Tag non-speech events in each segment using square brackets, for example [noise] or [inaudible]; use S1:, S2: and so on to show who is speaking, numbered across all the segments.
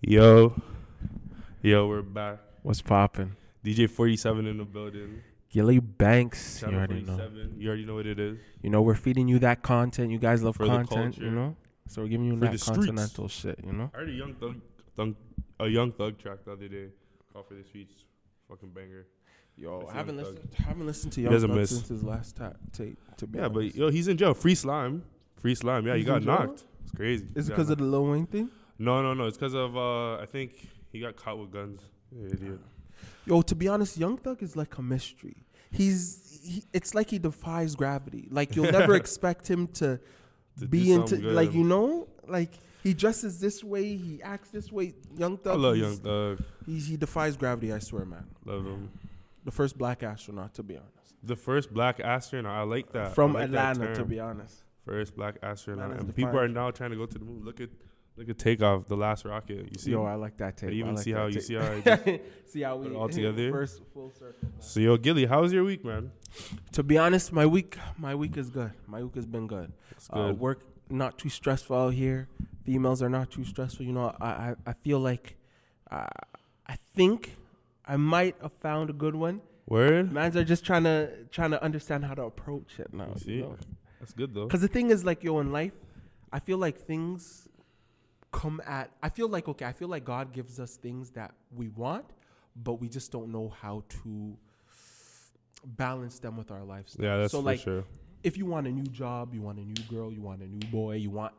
S1: Yo, yo, we're back.
S2: What's popping?
S1: DJ 47 in the building.
S2: Gilly Banks.
S1: Channel
S2: you already know.
S1: 47. You already know what it is.
S2: You know, we're feeding you that content. You guys love
S1: For the
S2: content, you
S1: culture.
S2: know? So we're giving you
S1: For
S2: that
S1: the streets.
S2: continental shit, you know?
S1: I heard a young thug, thug a young thug track the other day. Call for the streets, fucking banger.
S2: Yo,
S1: I haven't listened-
S2: haven't listened to
S1: Young doesn't Thug miss.
S2: since
S1: since
S2: his last tape, to be
S1: Yeah, but yo, he's in jail. Free slime, free slime. Yeah, he
S2: He's in
S1: got
S2: jail?
S1: knocked. It's crazy.
S2: Is
S1: He got
S2: it because of
S1: knocked.
S2: the Lil Wayne thing?
S1: No, no, no. It's because of uh, I think he got caught with guns. Yeah, idiot.
S2: Yo, to be honest, Young Thug is like a mystery. He's he, it's like he defies gravity. Like
S1: [laughs]
S2: you'll never expect him to,
S1: To
S2: be
S1: do
S2: into
S1: something good.
S2: like you know, like he dresses this way, he acts this way. Young
S1: I
S2: Thug,
S1: love
S2: he's-
S1: Young Thug.
S2: He, he defies gravity. I swear, man.
S1: Love him.
S2: The first black astronaut, to be honest,
S1: The first black astronaut. I like that. Uh, I
S2: from
S1: like that
S2: Atlanta, to
S1: term.
S2: be honest.
S1: First black astronaut,
S2: that's
S1: and people are
S2: defined.
S1: now trying to go to the moon. Look at look at takeoff, the last rocket. You see,
S2: Yo, I like that tape.
S1: I even
S2: I like
S1: see
S2: that
S1: how you
S2: tape.
S1: see
S2: [laughs]
S1: how I just
S2: see how we
S1: it
S2: [laughs]
S1: all together.
S2: First full circle. man.
S1: so yo, Gilly, how was your week, man?
S2: To be honest, my week my week is good. My week has been good.
S1: It's
S2: Uh,
S1: good.
S2: work not too stressful out here. Females are not too stressful. You know, I I, I feel like uh, I think I might have found a good one.
S1: Word,
S2: Mans are just trying to trying to understand how to approach it now.
S1: You see?
S2: You know?
S1: that's good though.
S2: Because the thing is, like, yo, in life, I feel like things come at. I feel like okay, I feel like God gives us things that we want, but we just don't know how to balance them with our lifestyle.
S1: Yeah, that's
S2: so
S1: for
S2: like,
S1: sure.
S2: if you want a new job, you want a new girl, you want a new boy, you want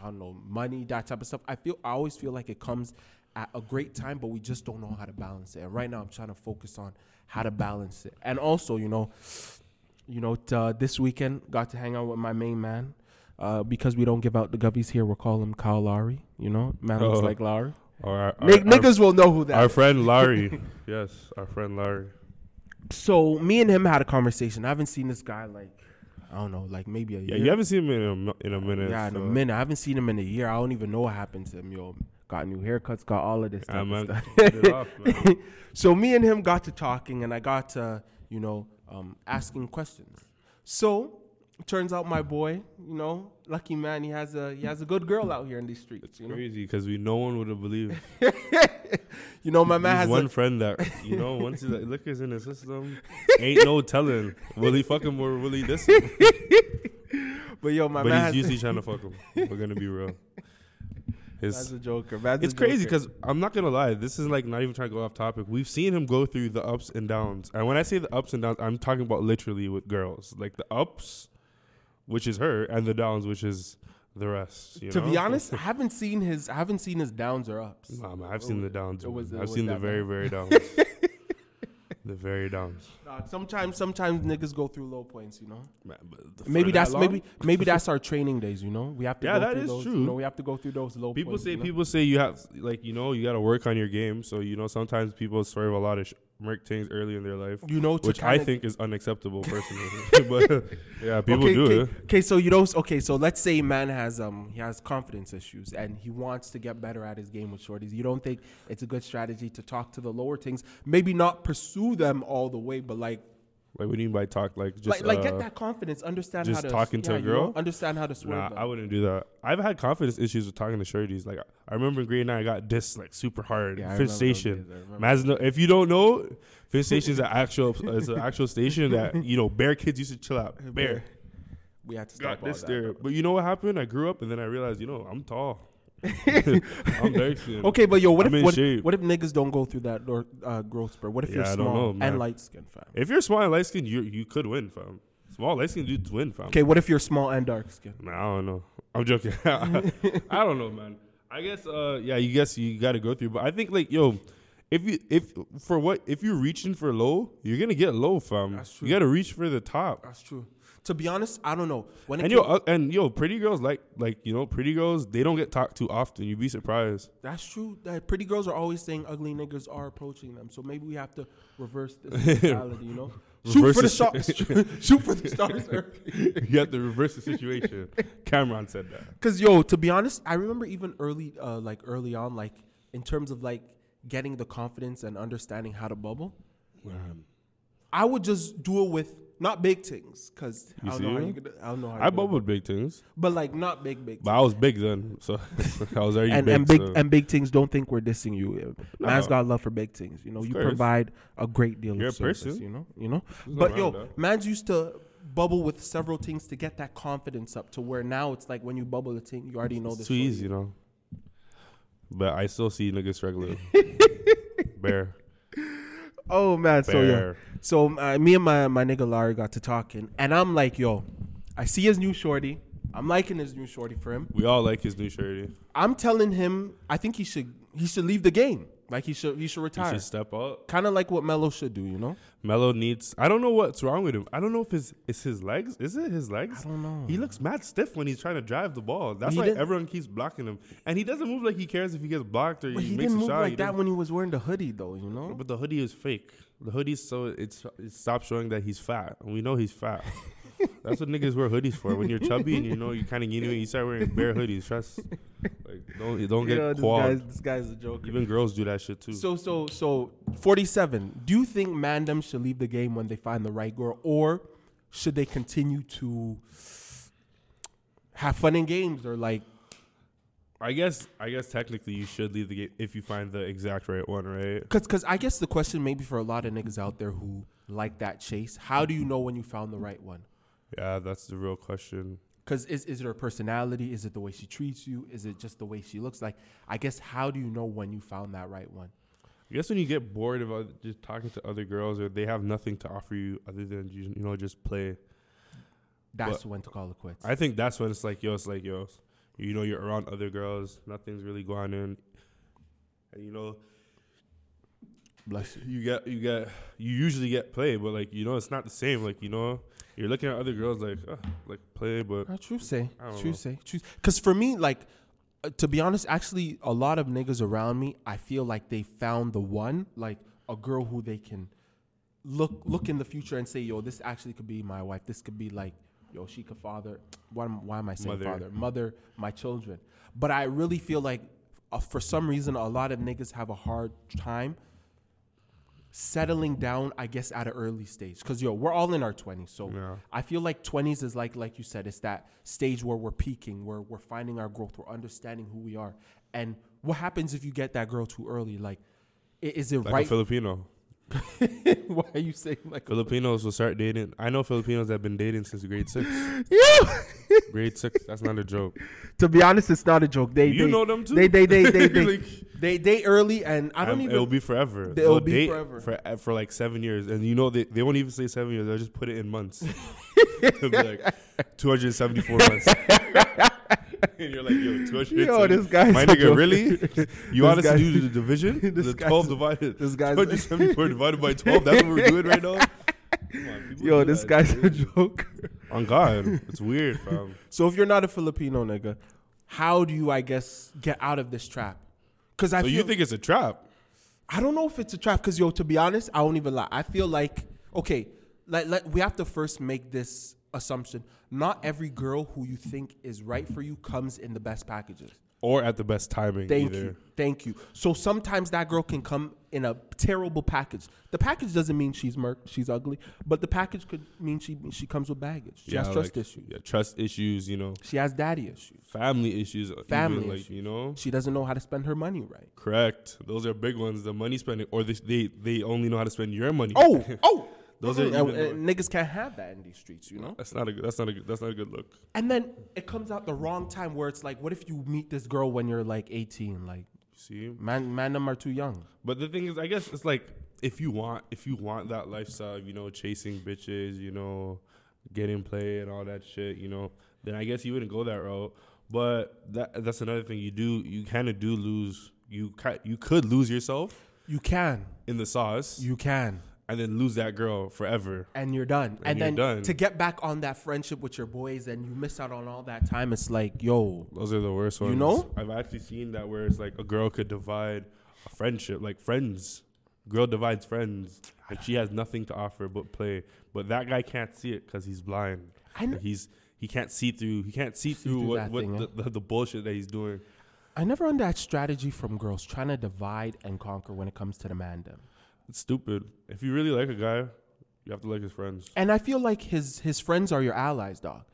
S2: I don't know money, that type of stuff. I feel I always feel like it comes at a great time, but we just don't know how to balance it. And right now, I'm trying to focus on how to balance it. And also, you know, you know, t- uh, this weekend got to hang out with my main man. Uh, because we don't give out the guppies here, we'll call him Kyle Lowry. You know, man looks
S1: Oh.
S2: like Lowry.
S1: Or our, our,
S2: Nick, niggas will know who
S1: our,
S2: that
S1: our
S2: is.
S1: friend
S2: [laughs]
S1: Larry, yes, our friend Larry.
S2: So me and him had a conversation. I haven't seen this guy like, I don't know, like maybe a
S1: Yeah,
S2: year.
S1: you haven't seen him in a, mi- in a minute.
S2: Yeah, in
S1: so.
S2: a minute. I haven't seen him in a year. I don't even know what happened to him. Yo, got new haircuts, got all of this
S1: Yeah,
S2: type
S1: man, [laughs]
S2: of
S1: cut it off,
S2: [laughs] stuff. so me and him got to talking, and I got to you know um, asking questions. So turns out my boy, you know, lucky man, he has a he has a good girl out here in these streets. You know,
S1: Crazy because we no one would have believed.
S2: [laughs] you know, [laughs] my man
S1: He's
S2: has
S1: one
S2: a,
S1: friend that you know once
S2: [laughs]
S1: he's like, liquor's in the system, ain't no telling. Will he fuck him or will he this? Him?
S2: but yo, my
S1: but
S2: man
S1: he's
S2: has, [laughs]
S1: usually trying to fuck him. We're gonna be real.
S2: man's
S1: His,
S2: a joker. man's a
S1: it's crazy
S2: joker.
S1: because I'm not gonna lie. This is like not even trying to go off topic. We've seen him go through the ups and downs, and when I say the ups and downs, I'm talking about literally with girls, like the ups, which is her, and the downs, which is the rest. you
S2: to be
S1: know?
S2: honest, I haven't seen his I haven't seen his downs or ups.
S1: Nah, man, I've seen the downs.
S2: Oh, it was-
S1: man.
S2: it
S1: I've
S2: was
S1: seen the
S2: that
S1: very, very downs. the very downs.
S2: [laughs] Nah, sometimes sometimes niggas go through low points. You know.
S1: Man, but for
S2: maybe
S1: that
S2: that's
S1: long? [laughs]
S2: maybe maybe that's our training days. You know, we have to.
S1: Yeah,
S2: go
S1: that
S2: through
S1: is
S2: those,
S1: true.
S2: You know, we have to go through those low.
S1: People
S2: points,
S1: say
S2: you know?
S1: people say you have like you know you got to work on your game. So you know sometimes people swerve a lot of sh- merc things early in their life,
S2: You know, to
S1: which I
S2: kinda-
S1: think is
S2: [laughs]
S1: unacceptable personally. [laughs] but yeah, people
S2: okay,
S1: do it.
S2: okay, Okay, so you know, okay, so let's say man has um he has confidence issues and he wants to get better at his game with shorties. You don't think it's a good strategy to talk to the lower things, maybe not pursue them all the way, but like
S1: Like what do you mean by talk? Like just
S2: like, like
S1: uh,
S2: get that confidence, understand
S1: just
S2: how to
S1: talking to a
S2: yeah, you know,
S1: girl?
S2: understand how to swerve.
S1: Nah,
S2: them.
S1: I wouldn't do that. I've had confidence issues with talking to shorties. Like I remember in grade nine, I got dissed like super hard.
S2: Yeah, I
S1: Fish
S2: remember those
S1: station.
S2: days, I remember.
S1: Masno- if you don't know, Fish Station is an actual is an actual station that you know bear kids used to chill
S2: [laughs]
S1: out. Bear.
S2: we had to stop
S1: got
S2: all
S1: this
S2: that.
S1: there. But you know what happened? I grew up and then I realized, you know, I'm tall.
S2: [laughs]
S1: I'm dark-skinned.
S2: Okay, but yo, what
S1: I'm
S2: if
S1: in
S2: what,
S1: shape.
S2: what if niggas don't go through that door, uh, growth spurt? What if
S1: Yeah,
S2: you're
S1: I don't know,
S2: small and
S1: man.
S2: light skinned, fam?
S1: If you're small and light skinned, you you could win, fam. Small light skinned dudes win, fam.
S2: Okay, what if you're small and dark skinned?
S1: Man, I don't know. I'm joking. [laughs] I don't know, man. I guess uh yeah, you guess you gotta go through, but I think like yo, if you if for what if you're reaching for low, you're gonna get low, fam.
S2: That's true.
S1: You gotta reach for the top.
S2: That's true. To be honest, I don't know. When
S1: And yo, uh, and yo, pretty girls like like you know, pretty girls they don't get talked to often. You'd be surprised.
S2: that's true. That pretty girls are always saying ugly niggas are approaching them. So maybe we have to reverse
S1: [laughs]
S2: this mentality, you know? Shoot
S1: Reverse
S2: for the
S1: the-
S2: stars.
S1: [laughs]
S2: [laughs] Shoot for the stars. early.
S1: you have to reverse the situation. Cameron said that.
S2: Cause yo, to be honest, I remember even early, uh, like early on, like in terms of like getting the confidence and understanding how to bubble. I would just do it with not big things, cause
S1: You
S2: I don't
S1: see
S2: know how
S1: him?
S2: you could, I don't know
S1: I
S2: how you could-
S1: bubbled with big things,
S2: but like not big big.
S1: but I was big then, so [laughs] I was already
S2: and
S1: big.
S2: and big
S1: so.
S2: and big things. Don't think we're dissing you.
S1: No.
S2: Man's got love for big things. You know,
S1: Of
S2: you
S1: course.
S2: provide a great deal
S1: You're a
S2: of service.
S1: person.
S2: You know, you know.
S1: There's
S2: but
S1: no
S2: yo,
S1: wrong with that.
S2: man's used to bubble with several things to get that confidence up to where now it's like when you bubble a thing, you already know
S1: it's
S2: this.
S1: too
S2: already.
S1: easy, you know. But I still see niggas
S2: [laughs]
S1: regular. Bear.
S2: Oh man, so yeah.
S1: Fair.
S2: So uh, me and my my nigga Larry got to talking, and I'm like, yo, I see his new shorty. I'm liking his new shorty for him.
S1: We all like his new shirt.
S2: I'm telling him, I think he should he should leave the game. Like he should he should
S1: He
S2: retire.
S1: should step up.
S2: Kind of like what Melo should do, you know?
S1: Melo needs. I don't know what's wrong with him. I don't know if it's it's his legs. Is it his legs?
S2: I don't know.
S1: He looks mad stiff when he's trying to drive the ball. That's
S2: He
S1: why
S2: didn't-
S1: everyone keeps blocking him, and he doesn't move like he cares if he gets blocked or
S2: But
S1: he,
S2: he
S1: makes
S2: didn't
S1: a
S2: move
S1: shot. He
S2: like that
S1: doesn't-
S2: when he was wearing the hoodie, though. You know?
S1: But the hoodie is fake. The hoodie's so it's it stops showing that he's fat, and we know he's
S2: [laughs]
S1: fat. That's what niggas wear hoodies for. When you're chubby and you know you kind of anyway, you start wearing bare hoodies. Trust, like don't you don't get
S2: Yo,
S1: quad.
S2: this guy's a joker.
S1: Even girls do that shit too.
S2: So so so forty-seven. Do you think Mandem should leave the game when they find the right girl, or should they continue to have fun in games or like?
S1: I guess I guess technically you should leave the game if you find the exact right one, right?
S2: Cause, cause I guess the question maybe for a lot of niggas out there who like that chase, how do you know when you found the right one?
S1: Yeah, that's the real question.
S2: Cause is is it her personality? Is it the way she treats you? Is it just the way she looks? Like I guess how do you know when you found that right one?
S1: I guess when you get bored of oth- just talking to other girls or they have nothing to offer you other than you, you know just play,
S2: That's when to call it quits.
S1: I think that's when it's like yo, it's like yo, you know you're around other girls, nothing's really going in, and you know
S2: Bless you.
S1: you get you get you usually get play, but like you know it's not the same. Like you know you're looking at other girls like uh, like play, but
S2: Not true say.
S1: I don't
S2: True
S1: know.
S2: say. True. Cause for me, like uh, to be honest, actually a lot of niggas around me, I feel like they found the one, like a girl who they can look look in the future and say, yo, this actually could be my wife. This could be like, yo, she could father. Why am, why am I saying
S1: Mother.
S2: father? Mother, my children. But I really feel like uh, for some reason, a lot of niggas have a hard time settling down, I guess, at an early stage. Cause yo, we're all in our twenties. So
S1: Yeah.
S2: I feel like twenties is like like you said, it's that stage where we're peaking, where we're finding our growth, we're understanding who we are. And what happens if you get that girl too early? Like i- is it
S1: like a
S2: right?
S1: Filipino.
S2: [laughs] Why are you saying like
S1: Filipinos will start dating. I know Filipinos that have been dating since grade
S2: [laughs]
S1: six.
S2: [laughs] Yeah.
S1: Grade six. That's not a joke.
S2: to be honest, it's not a joke. They
S1: You
S2: they,
S1: know them too.
S2: They they they
S1: [laughs]
S2: they they,
S1: Like,
S2: they they early and I don't
S1: I'm-
S2: even
S1: Um, It'll be forever.
S2: They'll
S1: They'll
S2: be
S1: date
S2: forever.
S1: for for like seven years, and you know they, they won't even say seven years. They'll just put it in
S2: [laughs]
S1: months. [laughs] It'll be like 274
S2: [laughs]
S1: months. and you're like, yo, 274.
S2: Yo, this guy's
S1: my
S2: a
S1: nigga.
S2: joke.
S1: Really? You honestly
S2: guy's-
S1: do the
S2: [laughs]
S1: division?
S2: This
S1: the
S2: guy's-
S1: 12 divided.
S2: this guy's-
S1: 274 divided by 12. That's what we're doing right now. Come on, people
S2: [laughs] Yo,
S1: do
S2: this
S1: that.
S2: guy's a joke.
S1: On God, it's weird, fam.
S2: So if you're not a Filipino nigga, how do you I guess get out of this trap? Cuz [laughs] I
S1: So
S2: feel
S1: you think it's a trap?
S2: I don't know if it's a trap because yo, to be honest, I won't even lie. I feel like okay, like, like we have to first make this assumption. Not every girl who you think is right for you comes in the best packages.
S1: Or at the best timing,
S2: Thank
S1: either.
S2: you, thank you. So sometimes that girl can come in a terrible package. The package doesn't mean she's merc, she's ugly, but the package could mean she she comes with baggage. She has
S1: like,
S2: trust issues.
S1: Yeah, trust issues, you know.
S2: She has daddy issues.
S1: family issues, even,
S2: Family
S1: like
S2: issues.
S1: you know,
S2: She doesn't know how to spend her
S1: [laughs]
S2: money right.
S1: correct. Those are big ones. The money spending, or they they, they only know how to spend your money.
S2: Oh, oh.
S1: Those are
S2: Mm, and-
S1: even-
S2: and niggas can't have that in these streets, you know.
S1: that's not a good, that's not a good, that's not a good look.
S2: And then it comes out the wrong time where it's like, what if you meet this girl when you're like 18? Like,
S1: See,
S2: man, man, them are too young.
S1: but the thing is, I guess it's like if you want if you want that lifestyle, you know, chasing bitches, you know, getting play and all that shit, you know, then I guess you wouldn't go that route. But that that's another thing you do. You kind of do lose. You ki- you could lose yourself
S2: You can,
S1: in the sauce,
S2: you can,
S1: and then lose that girl forever.
S2: and you're done. And,
S1: And you're
S2: then
S1: done.
S2: to get back on that friendship with your boys and you miss out on all that time, it's like, yo,
S1: Those are the worst ones.
S2: know?
S1: I've actually seen that where it's like a girl could divide a friendship, like friends. Girl divides friends, and she has nothing to offer but play. But that guy can't see it because he's blind.
S2: I kn-
S1: Like, he's he can't see through. He can't see, through,
S2: through
S1: what,
S2: that
S1: what
S2: thing,
S1: the, the, the bullshit that he's doing.
S2: I never under that strategy from girls trying to divide and conquer when it comes to the man. them.
S1: It's stupid. If you really like a guy, You have to like his friends.
S2: And I feel like his his friends are your allies, dog.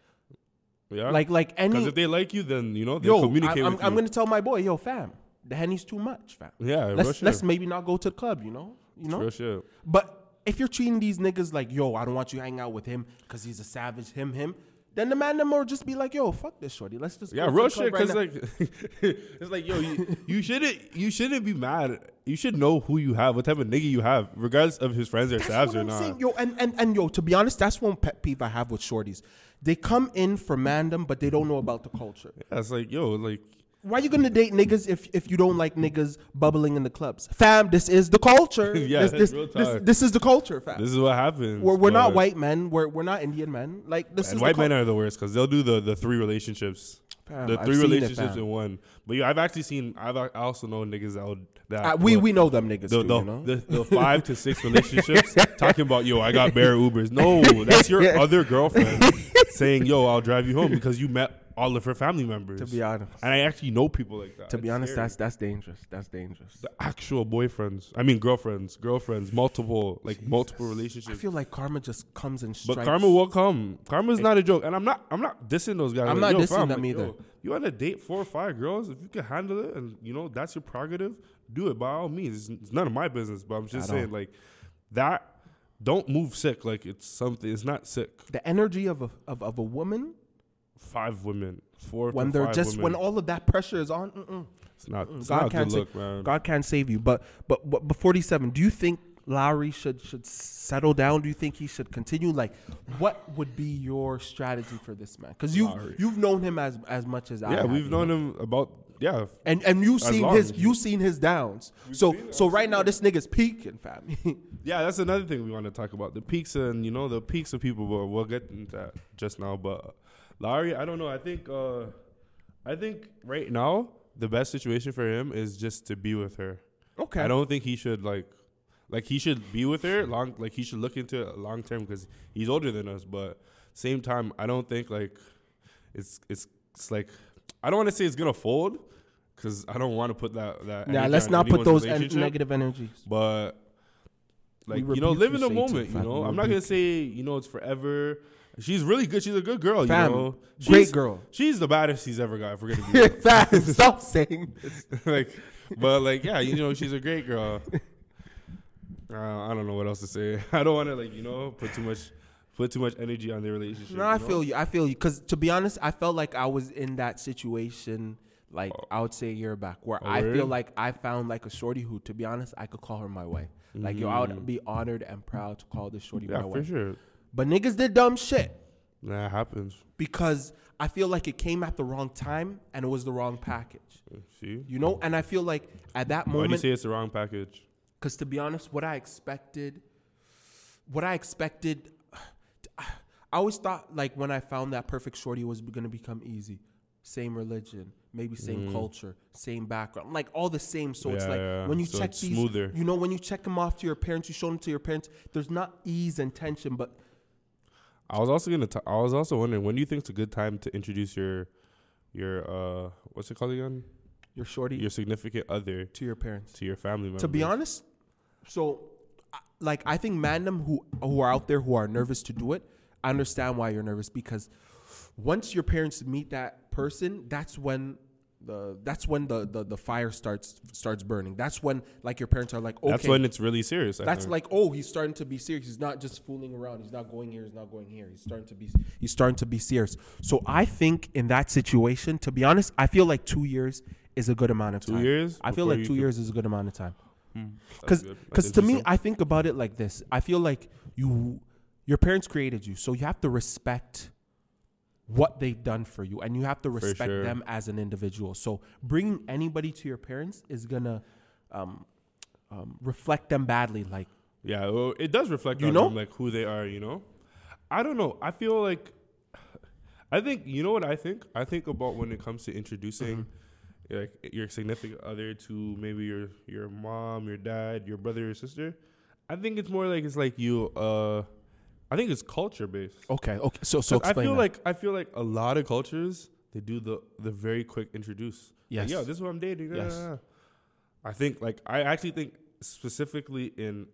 S1: Yeah.
S2: Like like
S1: because
S2: any
S1: if they like you, then you know they
S2: yo, I,
S1: communicate
S2: am
S1: with
S2: I'm
S1: you.
S2: gonna tell my boy, yo, fam, the henny's too much, fam.
S1: yeah, real
S2: Let's
S1: shit.
S2: let's maybe not go to the club, you know, you know.
S1: real shit.
S2: But if you're treating these niggas like, yo, I don't want you hanging out with him because he's a savage, him, him, then the man them will just be like, yo, fuck this shorty. Let's just
S1: Yeah,
S2: go to
S1: real
S2: the club
S1: shit.
S2: right
S1: Because
S2: now."
S1: like, [laughs] it's like, yo, you, you shouldn't, you shouldn't be mad. You should know who you have, what type of nigga you have, regardless of his friends are
S2: that's
S1: sabs
S2: what
S1: or
S2: I'm
S1: not.
S2: saying, yo. And, and and yo, to be honest, that's one pet peeve I have with shorties. They come in for mandem, but they don't know about the culture.
S1: Yeah, it's like, yo, like,
S2: Why you gonna date niggas if, if you don't like niggas bubbling in the clubs? Fam, this is the culture.
S1: [laughs] Yeah,
S2: this, this,
S1: real talk.
S2: this, this is the culture, fam.
S1: this is what happens.
S2: we're we're not
S1: but-
S2: white men. We're we're not Indian men. Like this
S1: And
S2: is
S1: white
S2: the
S1: men are the worst because they'll do the the three relationships,
S2: Fam,
S1: the
S2: I've
S1: three
S2: seen it,
S1: relationships
S2: fam.
S1: in one. But yeah, I've actually seen. I've I also know niggas that, would- that
S2: Uh, we
S1: would-
S2: we know them niggas.
S1: the,
S2: too,
S1: the,
S2: you know?
S1: the, the five to
S2: [laughs]
S1: six relationships talking about yo I got bare Ubers. No, that's your other
S2: [laughs]
S1: girlfriend saying yo I'll drive you home because you met all of her family members.
S2: to be honest,
S1: and I actually know people like that.
S2: to be
S1: It's
S2: honest,
S1: scary.
S2: that's that's dangerous. That's dangerous.
S1: the actual boyfriends. I mean girlfriends, girlfriends, multiple like multiple
S2: I
S1: relationships.
S2: feel like karma just comes and strikes.
S1: But karma will come. Karma's not a joke, and I'm not. I'm not dissing those guys.
S2: I'm
S1: Like,
S2: not
S1: yo,
S2: dissing
S1: fam,
S2: them
S1: like,
S2: either.
S1: yo, you on a date four or five girls? If you can handle it, and you know that's your prerogative, do it by all means. It's, it's none of my business. But I'm just
S2: At all.
S1: saying, like that. Don't move sick. Like it's something. It's not sick.
S2: the energy of a of, of a woman
S1: Five women, four.
S2: when
S1: to
S2: they're
S1: five
S2: just when
S1: women.
S2: all of that pressure is on. Mm-mm.
S1: It's not. It's
S2: God
S1: not a good
S2: can't say-
S1: look, man.
S2: God can't save you. But but but, but forty seven. Do you think Lowry should should settle down? Do you think he should continue? Like, what would be your strategy for this man? Because you
S1: Lowry.
S2: you've known him as as much as I.
S1: yeah,
S2: have,
S1: we've
S2: you
S1: known him about. Yeah,
S2: And and you
S1: As
S2: seen
S1: long
S2: his
S1: as-
S2: you seen his downs. So
S1: seen it,
S2: so
S1: I've
S2: right
S1: seen
S2: now
S1: it.
S2: this nigga's peaking, fam. [laughs]
S1: yeah. That's another thing we want to talk about. The peaks and you know the peaks of people. But we'll get into that just now. But uh, Larry, I don't know. I think. uh I think right now the best situation for him is just to be with her.
S2: okay.
S1: I don't think he should like, like he should be with her long. Like he should look into it long term because he's older than us. But same time, I don't think like it's it's it's like I don't want to say it's gonna fold because I don't want to put that that.
S2: Nah,
S1: energy
S2: let's
S1: on
S2: not put
S1: anyone's
S2: those en-
S1: relationship,
S2: negative energies.
S1: But
S2: We
S1: like you know,
S2: rebuke
S1: live
S2: you,
S1: in the
S2: Satan,
S1: moment. You
S2: fam.
S1: know,
S2: We
S1: I'm not gonna
S2: rebuke
S1: say you know it's forever. She's really good. She's a good girl.
S2: Fam,
S1: you know, [laughs]
S2: great
S1: She's-
S2: girl.
S1: She's the baddest he's ever got. If we're gonna
S2: [laughs]
S1: be real.
S2: fam, stop saying.
S1: like, but like, yeah, you know, she's a great
S2: [laughs]
S1: girl. Uh, I don't know what else to say. [laughs] I don't want to like, you know, put too much, put too much energy on their relationship.
S2: No, I feel you. I feel you. Because to be honest, I felt like I was in that situation, like I would say a year back, where
S1: Oh,
S2: I feel
S1: really?
S2: like I found like a shorty who, to be honest, I could call her my wife. Like yo, I would be honored and proud to call this shorty
S1: Mm. Yeah,
S2: my
S1: for
S2: wife.
S1: sure.
S2: But niggas did dumb shit
S1: That happens.
S2: because I feel like it came at the wrong time and it was the wrong package.
S1: See,
S2: You know, and I feel like at that
S1: why do you
S2: moment,
S1: say it's the wrong package?
S2: Because to be honest, what I expected, what I expected, [sighs] I always thought like when I found that perfect shorty was going to become easy. Same religion, maybe same culture, same background, like all the same. So it's
S1: Mm. Yeah,
S2: like
S1: yeah,
S2: when you
S1: so
S2: check
S1: it's
S2: these,
S1: smoother.
S2: you know, when you check them off to your parents, you show them to your parents. There's not ease and tension, but
S1: I was also gonna. T- I was also wondering when do you think's a good time to introduce your, your uh, what's it called again?
S2: your shorty
S1: Your significant other
S2: to your parents.
S1: to your family member.
S2: To be honest, so I- like I think mandem who who are out there who are nervous to do it, I understand why you're nervous because once your parents meet that person, that's when the that's when the the, the fire starts starts burning. That's when like your parents are like, okay,
S1: that's when it's really serious. I
S2: that's
S1: think.
S2: like, oh, he's starting to be serious. He's not just fooling around. He's not going here. He's not going here. He's starting to be. He's starting to be serious. So I think in that situation, to be honest, I feel like two years is a good amount of
S1: Two
S2: time.
S1: years
S2: I feel
S1: before
S2: like
S1: you
S2: two
S1: can-
S2: years is a good amount of time.
S1: That's
S2: Because,
S1: good. That's
S2: because to me,
S1: interesting.
S2: I think about it like this. I feel like you, your parents created you, so you have to respect what they've done for you, and you have to respect
S1: sure.
S2: them as an individual. So bringing anybody to your parents is gonna um, um, reflect them badly. Like
S1: Yeah, well, it does reflect
S2: You
S1: on
S2: know?
S1: them, like who they are. You know, I don't know. I feel like I think you know what I think. I think about when it comes to introducing
S2: Mm-hmm.
S1: like your significant other to maybe your your mom, your dad, your brother, your sister. I think it's more like it's like you. uh I think it's culture based.
S2: okay, okay. So so
S1: 'Cause I
S2: explain.
S1: feel
S2: that.
S1: like I feel like a lot of cultures they do the the very quick introduce.
S2: Yes.
S1: Like, Yo, this is what I'm dating.
S2: Yes.
S1: Yes. I think like I actually think specifically in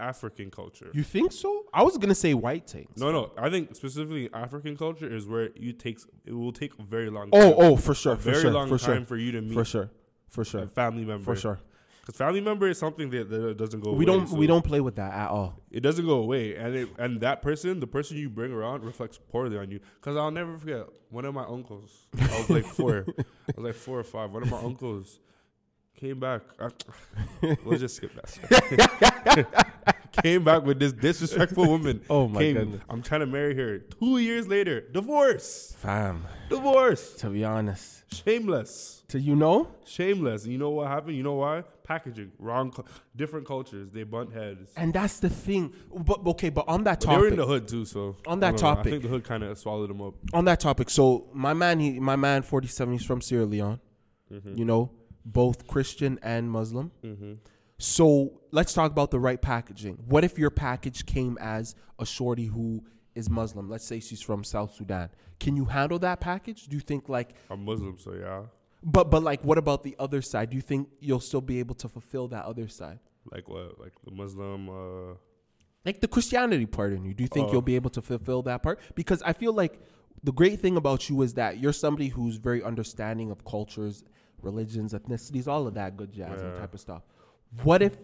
S1: African culture.
S2: You think so? I was gonna say white things.
S1: no, no. I think specifically African culture is where you takes it will take a very long.
S2: Oh,
S1: time,
S2: oh, for sure,
S1: a
S2: for
S1: very
S2: sure,
S1: long
S2: for
S1: time
S2: sure,
S1: for you to meet
S2: for sure, for
S1: a
S2: sure,
S1: family member.
S2: for sure.
S1: because family member is something that, that doesn't go. away,
S2: We don't,
S1: so
S2: we don't play with that at all.
S1: It doesn't go away, and it and that person, the person you bring around, reflects poorly on you. Because I'll never forget one of my uncles. I was like four, I was like four or five. One of my uncles came back. I, we'll just skip that. stuff. [laughs] came back with this disrespectful woman.
S2: Oh my
S1: Came,
S2: goodness,
S1: I'm trying to marry her. Two years later, divorce,
S2: fam.
S1: divorce,
S2: To be honest,
S1: shameless.
S2: to you know,
S1: Shameless. And you know what happened? You know why? Packaging. Wrong. cu- different cultures. They bunt heads.
S2: and that's the thing. But okay, but on that
S1: But they were
S2: topic,
S1: in the hood too, so
S2: On
S1: I
S2: that
S1: don't know.
S2: topic.
S1: I think the hood kind of swallowed them up.
S2: on that topic. So my man, he, my man, forty-seven. He's from Sierra Leone. You know, both Christian and Muslim. So let's talk about the right packaging. What if your package came as a shorty who is Muslim? Let's say she's from South Sudan. Can you handle that package? Do you think like,
S1: I'm Muslim, so yeah.
S2: but but like, what about the other side? Do you think you'll still be able to fulfill that other side?
S1: Like what? Like the Muslim. Uh,
S2: like the Christianity part in you. Do you think
S1: Oh.
S2: you'll be able to fulfill that part? Because I feel like the great thing about you is that you're somebody who's very understanding of cultures, religions, ethnicities, all of that good jazz and
S1: Yeah.
S2: type of stuff. What if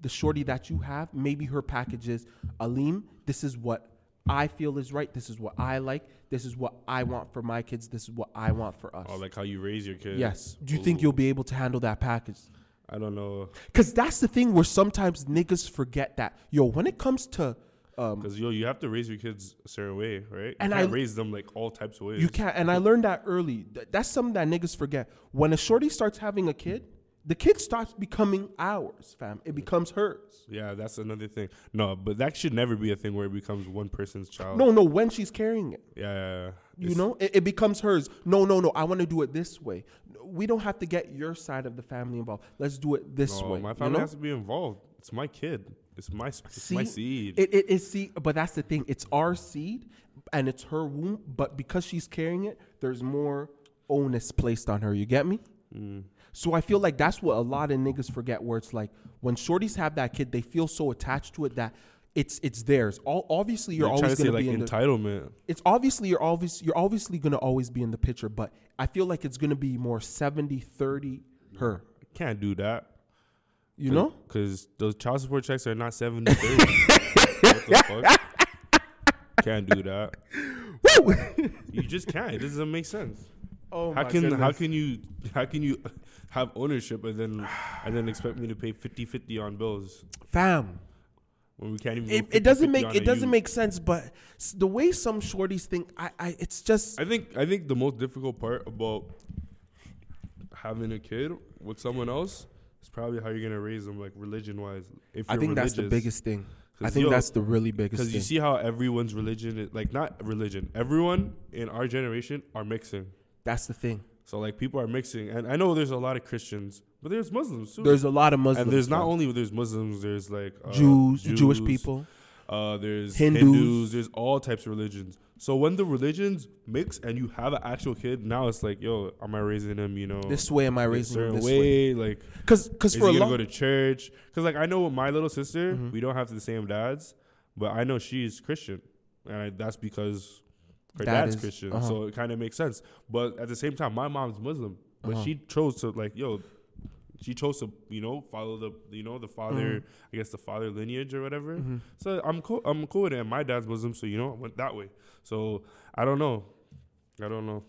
S2: the shorty that you have, maybe her package is Alim, this is what I feel is right, this is what I like, this is what I want for my kids, this is what I want for us.
S1: oh, like how you raise your kids.
S2: yes. Do you think
S1: Ooh.
S2: you'll be able to handle that package?
S1: I don't know,
S2: Because that's the thing where sometimes niggas forget that. Yo, when it comes to um,
S1: because yo, you have to raise your kids a certain way, right? You
S2: And
S1: can't
S2: I-
S1: raise them like all types of ways.
S2: You can't. And I learned that early. Th- that's something that niggas forget. When a shorty starts having a kid, the kid starts becoming ours, fam. It becomes hers.
S1: Yeah, that's another thing. No, but that should never be a thing where it becomes one person's child.
S2: No, no, when she's carrying it.
S1: Yeah, yeah, yeah.
S2: You
S1: Oh. It's-
S2: know, it, it becomes hers. No, no, no. I want to do it this way. We don't have to get your side of the family involved. Let's do it this
S1: no,
S2: way.
S1: my
S2: you
S1: family
S2: know?
S1: has to be involved. It's my kid. It's my s- it's my seed.
S2: It, it, it's seed, but that's the thing. It's our seed, and it's her womb. But because she's carrying it, there's more onus placed on her. You get me?
S1: Mm.
S2: So I feel like that's what a lot of niggas forget. Where it's like when shorties have that kid, they feel so attached to it that it's it's theirs. All obviously you're,
S1: You're trying
S2: always
S1: to say
S2: gonna
S1: like
S2: be in the,
S1: entitlement.
S2: it's obviously you're always you're obviously gonna always be in the picture. But I feel like it's gonna be more 70-30 her.
S1: Can't do that.
S2: You know?
S1: Because those child support checks are not 70 30.
S2: [laughs]
S1: what the fuck? Can't do that.
S2: Woo!
S1: You just can't. It doesn't make sense.
S2: oh
S1: how can how can you how can you have ownership and then and then expect me to pay 50-50 on bills
S2: fam?
S1: when we can't even go
S2: it, it doesn't
S1: 50-50
S2: make
S1: on a
S2: it doesn't
S1: you?
S2: make sense but s- the way some shorties think i, I it's just
S1: I think I think the most difficult part about having a kid with someone else is probably how you're gonna raise them like religion wise. If
S2: i
S1: you're
S2: think that's the
S1: religious.
S2: biggest thing i
S1: 'Cause,
S2: think
S1: yo,
S2: that's the really biggest
S1: Because
S2: thing
S1: you see how everyone's religion, is, like not religion, everyone in our generation are mixing.
S2: that's the thing
S1: So like people are mixing, and I know there's a lot of Christians, but there's Muslims too.
S2: there's a lot of muslims
S1: and there's not
S2: fam.
S1: only there's Muslims, there's like uh,
S2: jews, jewish
S1: Jews,
S2: people
S1: Uh, there's
S2: Hindus.
S1: Hindus. there's all types of religions. So when the religions mix and you have an actual kid, now it's like, yo, am I raising him? You know,
S2: this way am i
S1: a
S2: raising them
S1: certain
S2: this way
S1: way? Like,
S2: because because
S1: is
S2: for a Mm-hmm.
S1: he gonna
S2: long
S1: go to church? Because like I know with my little sister, we don't have the same dads, but I know she's Christian, and I, that's because her
S2: Dad
S1: dad's
S2: is-
S1: Christian.
S2: uh-huh.
S1: So it kind of makes sense. But at the same time, my mom's Muslim, but
S2: Uh-huh.
S1: she chose to like yo, she chose to you know follow the you know the father
S2: Mm-hmm.
S1: I guess the father lineage or whatever. So I'm cool. I'm cool with it. And my dad's Muslim, so you know I went that way. So I don't know. I don't know.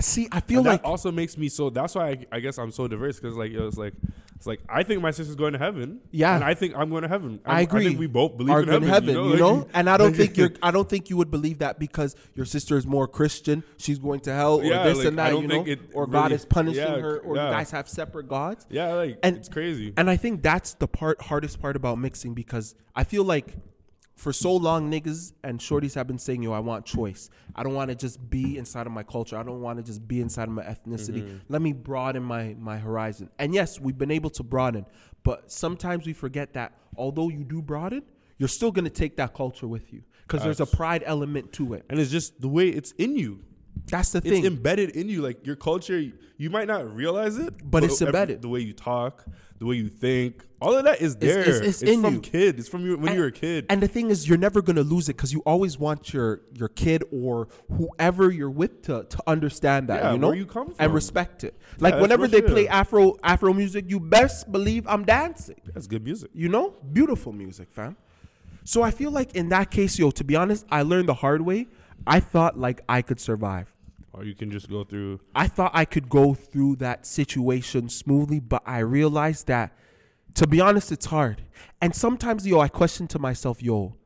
S2: see i feel
S1: And
S2: like
S1: that also makes me so. That's why I, I guess I'm so diverse because like yo, it's like it's like I think my sister's going to heaven.
S2: Yeah.
S1: and I think I'm going to heaven.
S2: I agree.
S1: I think we both believe
S2: are
S1: in heaven.
S2: heaven, you
S1: [laughs]
S2: know,
S1: Like-
S2: and I don't think
S1: like-
S2: you're. I don't think you would believe that because your sister is more Christian. She's going to hell, or
S1: Yeah,
S2: this
S1: like,
S2: and
S1: I
S2: that,
S1: don't
S2: you know,
S1: think it
S2: or God
S1: really-
S2: is punishing
S1: yeah,
S2: her, or
S1: yeah.
S2: you guys have separate gods.
S1: Yeah, like
S2: and-
S1: it's crazy.
S2: And I think that's the part hardest part about mixing because I feel like for so long niggas and shorties have been saying, yo, I want choice. I don't want to just be inside of my culture. I don't want to just be inside of my ethnicity. Let me broaden my my horizon. And yes, we've been able to broaden, but sometimes we forget that although you do broaden, you're still gonna take that culture with you. Because there's a pride element to it.
S1: and it's just the way it's in you.
S2: That's the
S1: It's
S2: thing.
S1: embedded in you. Like your culture, you, you might not realize it,
S2: But it's embedded.
S1: The way you talk, the way you think, all of that is there.
S2: it's- it's in
S1: from
S2: you.
S1: kid. It's from your, when
S2: and,
S1: you were a kid.
S2: And the thing is, you're never gonna lose it because you always want your your kid or whoever you're with to to understand that
S1: Yeah,
S2: you know
S1: where you come
S2: and
S1: from.
S2: respect it. Like
S1: that's
S2: whenever
S1: real
S2: they
S1: shit.
S2: play Afro Afro music, you best believe I'm dancing.
S1: That's good music.
S2: You know, beautiful music, fam. So I feel like in that case, yo, to be honest, I learned the hard way. I thought like I could survive.
S1: Or you can just go through.
S2: I thought I could go through that situation smoothly, but I realized that, to be honest, it's hard. And sometimes, yo, I question to myself, yo,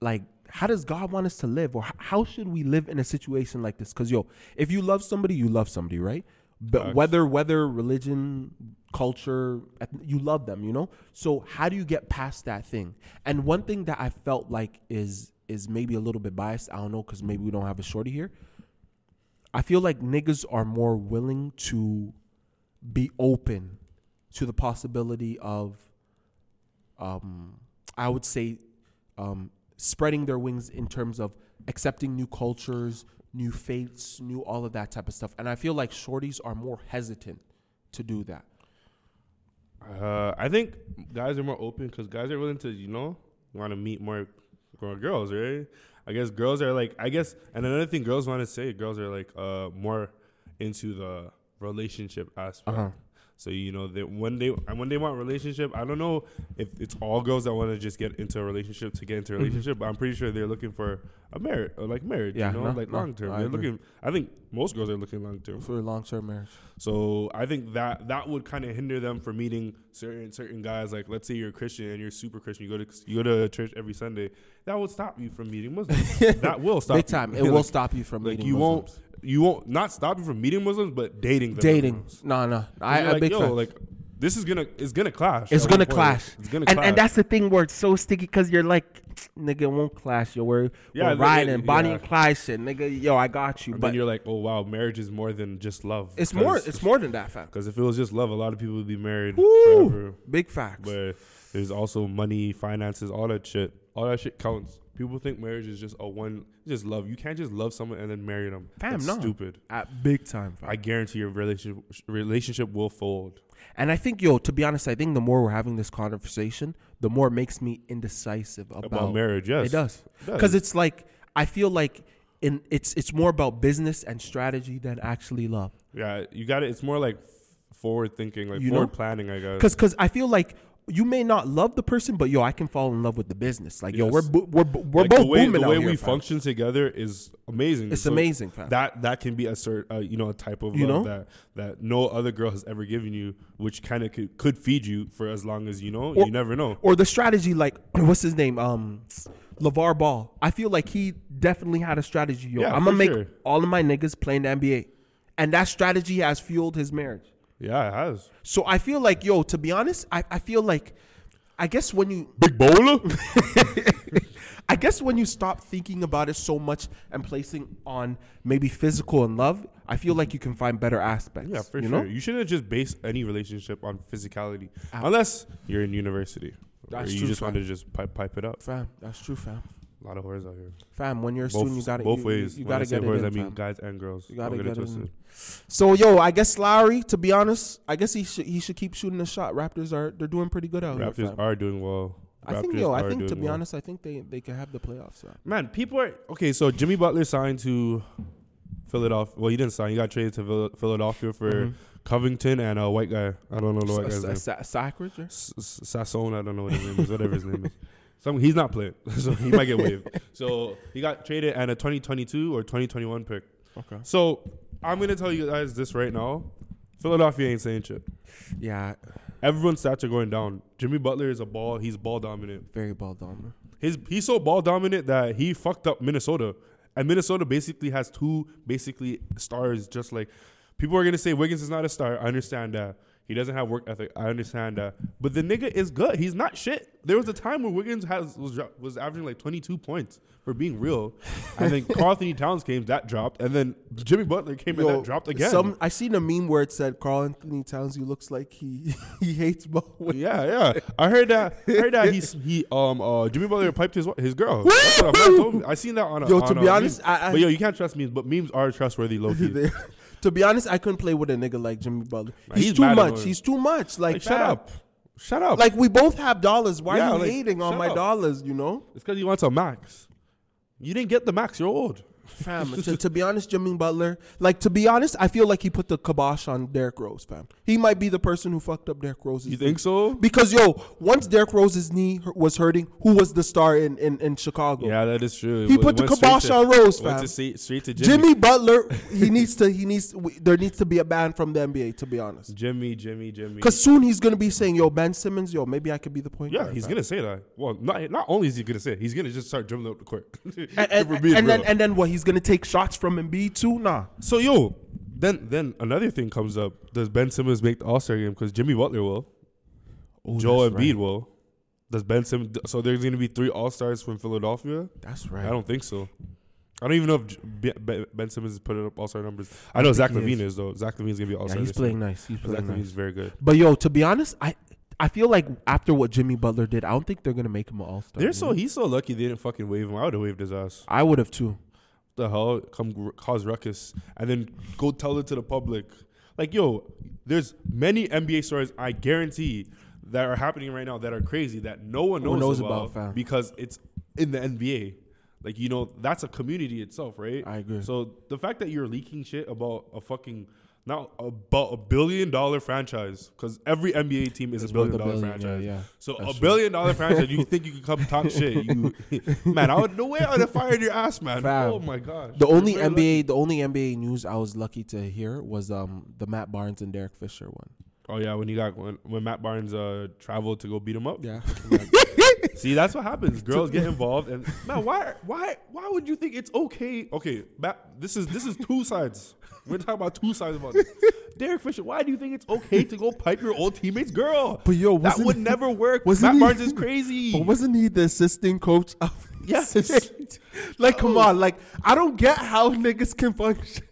S2: like, how does God want us to live? Or h- how should we live in a situation like this? Because, yo, if you love somebody, you love somebody, right? But
S1: Facts.
S2: whether, whether religion, culture, eth- you love them, you know? So how do you get past that thing? And one thing that I felt like is, is maybe a little bit biased. I don't know, because maybe we don't have a shorty here. I feel like niggas are more willing to be open to the possibility of, um, I would say, um, spreading their wings in terms of accepting new cultures, new faiths, new all of that type of stuff. And I feel like shorties are more hesitant to do that.
S1: Uh, I think guys are more open because guys are willing to, you know, want to meet more more girls, right? I guess girls are like, I guess, and another thing girls want to say, girls are like uh, more into the relationship aspect.
S2: Uh-huh.
S1: So you know that when they and when they want relationship, I don't know if it's all girls that want to just get into a relationship to get into
S2: Mm-hmm.
S1: a relationship, but I'm pretty sure they're looking for a marriage, or like marriage,
S2: Yeah,
S1: you know,
S2: no,
S1: like
S2: no,
S1: long term.
S2: I
S1: They're
S2: agree.
S1: looking. I think most girls are looking long term.
S2: For long term marriage.
S1: So I think that that would kind of hinder them from meeting certain certain guys. Like let's say you're a Christian and you're super Christian, you go to you go to church every Sunday. That would stop you from meeting Muslims.
S2: [laughs]
S1: that will stop
S2: Big
S1: you.
S2: time.
S1: [laughs]
S2: It
S1: Like-
S2: will stop you from
S1: Like
S2: meeting
S1: you
S2: Muslims.
S1: won't you won't not stop you from meeting Muslims, but dating them.
S2: dating. No, no.
S1: I,
S2: I, I
S1: like,
S2: big
S1: yo,
S2: fan.
S1: like this is gonna it's gonna clash.
S2: It's
S1: at one
S2: gonna
S1: point.
S2: clash.
S1: It's gonna
S2: and,
S1: clash.
S2: and that's the thing where it's so sticky because you're like, nigga, it won't clash. Yo, we're,
S1: Yeah,
S2: we're
S1: like,
S2: riding
S1: yeah.
S2: Bonnie and Clyde shit, nigga. Yo, I got you.
S1: and
S2: but
S1: then you're like, oh wow, marriage is more than just love.
S2: it's more. It's more than that, fam.
S1: because if it was just love, a lot of people would be married
S2: Woo!
S1: forever.
S2: Big facts.
S1: But there's also money, finances, all that shit. All that shit counts. People think marriage is just a one, just love. You can't just love someone and then marry them.
S2: Fam,
S1: That's
S2: no.
S1: stupid.
S2: At big time, fam.
S1: I guarantee your relationship relationship will fold.
S2: and I think, yo, to be honest, I think the more we're having this conversation, the more it makes me indecisive about,
S1: About marriage, yes.
S2: It does.
S1: does.
S2: Because it's like I feel like in it's it's more about business and strategy than actually love.
S1: Yeah, you got it. It's more like forward thinking, like
S2: You
S1: forward
S2: know?
S1: planning. I guess.
S2: Cause, cause I feel like you may not love the person, but yo, I can fall in love with the business. Like yo,
S1: Yes.
S2: we're bo- we're bo- we're
S1: Like,
S2: both
S1: the way,
S2: booming
S1: the
S2: out
S1: way
S2: here,
S1: we
S2: fam.
S1: function together is amazing.
S2: It's
S1: So
S2: amazing, fam.
S1: That that can be a cert, uh, you know, a type of
S2: You
S1: love
S2: know?
S1: that that no other girl has ever given you, which kind of could, could feed you for as long as you know.
S2: Or-
S1: you never know.
S2: Or the strategy, like [clears throat] what's his name, um, Levar Ball. I feel like he definitely had a strategy. Yo,
S1: Yeah,
S2: I'm gonna
S1: for
S2: make
S1: sure.
S2: all of my niggas play in the NBA, and that strategy has fueled his marriage.
S1: Yeah, it has.
S2: So I feel like yo, to be honest, I, I feel like, I guess when you
S1: Big bowler.
S2: [laughs] I guess when you stop thinking about it so much and placing on maybe physical and love, I feel like you can find better aspects.
S1: Yeah, for
S2: you
S1: sure.
S2: Know? Ah.
S1: You shouldn't just base any relationship on physicality, unless you're in university
S2: That's
S1: or you
S2: true,
S1: just want to
S2: fam.
S1: just pipe, pipe it up.
S2: Fam, that's true, fam.
S1: A lot of whores out here.
S2: Fam, when you're a student, you gotta
S1: both
S2: you,
S1: ways.
S2: You, you
S1: When I
S2: gotta
S1: say
S2: get it
S1: whores,
S2: in,
S1: I mean
S2: fam.
S1: guys and girls.
S2: You gotta
S1: Don't it
S2: get it in.
S1: twisted.
S2: So yo, I guess Lowry, to be honest, I guess he should he should keep shooting the shot. Raptors are they're doing pretty good out here.
S1: Raptors
S2: fam.
S1: are doing well.
S2: I think
S1: Raptors
S2: yo, I
S1: are
S2: think to
S1: doing
S2: be
S1: well.
S2: honest, I think they they can have the playoffs. Fam.
S1: man, people are okay. So Jimmy Butler signed to Philadelphia. Well, he didn't sign. He got traded to Phil- Philadelphia for
S2: Mm-hmm.
S1: Covington and a white guy. I don't know the white guy's name.
S2: Sa- sa- Sacrilege? or-
S1: S- S- Sasson, I don't know what his name is, whatever his name is. [laughs] Some he's not playing, [laughs] so he might get waived. So he got traded and a 2022 or 2021 pick.
S2: Okay.
S1: So I'm gonna tell you guys this right now: Philadelphia ain't saying shit.
S2: Yeah,
S1: Everyone's stats are going down. Jimmy Butler is a ball. He's ball dominant.
S2: very well done.
S1: His he's so ball dominant that he fucked up Minnesota, and Minnesota basically has two basically stars. Just like people are gonna say Wiggins is not a star. I understand that. He doesn't have work ethic. I understand that, but the nigga is good. He's not shit. There was a time where Wiggins has was dro- was averaging like 22 points for being real, and
S2: [laughs]
S1: then Carl Anthony Towns came that dropped, and then Jimmy Butler came and
S2: Yo,
S1: that dropped again.
S2: Some I seen a meme where it said Carl Anthony Towns. He looks like he [laughs] he
S1: [laughs]
S2: hates [laughs] Bowen.
S1: yeah, yeah. I heard that. I heard that he's he um uh Jimmy Butler piped his his girl. That's what a friend told me. I seen that on a
S2: Yo, to
S1: on
S2: be
S1: a meme.
S2: honest, I- I-
S1: but yo, you can't trust memes. But memes are trustworthy, low key.
S2: [laughs] They- to be honest, I couldn't play with a nigga like Jimmy Butler.
S1: Nah,
S2: He's,
S1: he's
S2: too
S1: mad
S2: much.
S1: annoying.
S2: He's too much. Like,
S1: Like, shut
S2: fam.
S1: up, shut up.
S2: Like we both have dollars. Why
S1: Yeah,
S2: are you
S1: like,
S2: hating on
S1: shut
S2: my
S1: up.
S2: dollars?
S1: [laughs]
S2: You know,
S1: it's because he wants a max. You didn't get the max. You're old.
S2: fam. to, to be honest, Jimmy Butler. Like to be honest, I feel like he put the kibosh on Derrick Rose, fam. He might be the person who fucked up Derrick Rose's.
S1: You think so?
S2: Because yo, once Derrick Rose's knee hu- was hurting, who was the star in in, in Chicago?
S1: Yeah, that is true.
S2: He
S1: It
S2: put the
S1: went straight
S2: kibosh
S1: to-
S2: on Rose,
S1: Went
S2: fam.
S1: to see, straight to Jimmy.
S2: Jimmy Butler, he [laughs] needs to. He needs. We, there needs to be a ban from the NBA, to be honest.
S1: Jimmy, Jimmy, Jimmy.
S2: Because soon he's gonna be saying, "Yo, Ben Simmons, yo, maybe I could be the point
S1: Yeah,
S2: guard."
S1: he's
S2: man.
S1: gonna say that. Well, not not only is he gonna say it, he's gonna just start dribbling up the court. If [laughs]
S2: And,
S1: we're
S2: and,
S1: being
S2: and then
S1: real.
S2: and then what? He's gonna take shots from Embiid too? Nah.
S1: so yo, then then another thing comes up. Does Ben Simmons make the All Star game? Because Jimmy Butler will, Joel
S2: Oh, that's
S1: Embiid will. Does Ben Simmons? So there's gonna be three All Stars from Philadelphia.
S2: That's right.
S1: I don't think so. I don't even know if J- B- Ben Ben Simmons is putting up All Star numbers. I know Zach
S2: he
S1: Levine is. though. Zach Levine's gonna be All
S2: yeah,
S1: Star.
S2: he's playing nice. He's
S1: Zach
S2: playing
S1: Levine's
S2: nice.
S1: very good.
S2: But yo, to be honest, I I feel like after what Jimmy Butler did, I don't think they're gonna make him an All Star.
S1: They're so he's so lucky they didn't fucking wave him. I would have waved his ass.
S2: I would have too.
S1: the hell come r- cause ruckus and then go tell it to the public like yo there's many nba stories i guarantee that are happening right now that are crazy that no one
S2: Who
S1: knows,
S2: knows
S1: about,
S2: about, fam.
S1: because it's in the nba like you know that's a community itself right
S2: I agree.
S1: so the fact that you're leaking shit about a fucking now about a billion dollar franchise because every nba team is
S2: It's
S1: a
S2: worth
S1: billion
S2: a
S1: dollar
S2: billion, yeah,
S1: franchise
S2: yeah.
S1: so
S2: That's
S1: a
S2: true.
S1: billion dollar franchise
S2: [laughs]
S1: you think you can come talk shit you [laughs] man i would no way i would have fired your ass man
S2: Fam.
S1: oh my gosh
S2: The
S1: You're
S2: only
S1: very
S2: NBA,
S1: lucky.
S2: the only NBA news I was lucky to hear was um the Matt Barnes and Derek Fisher one.
S1: Oh yeah, when he got when, when Matt Barnes uh traveled to go beat him up.
S2: [laughs] Yeah.
S1: See, that's what
S2: [laughs]
S1: happens. Girls get involved, and man, why why why would you think it's okay? Okay, Matt, this is this is two sides. We're talking about two sides about
S2: [laughs]
S1: this. Derek Fisher, why do you think it's okay to go pipe your old teammate's girl?
S2: But yo,
S1: that
S2: wasn't-
S1: would never work.
S2: [laughs]
S1: Matt
S2: wasn't he-
S1: Barnes is crazy.
S2: [laughs] But wasn't he the assistant coach of Oh.
S1: Yes.
S2: [laughs] like come on, like I don't get how niggas can function.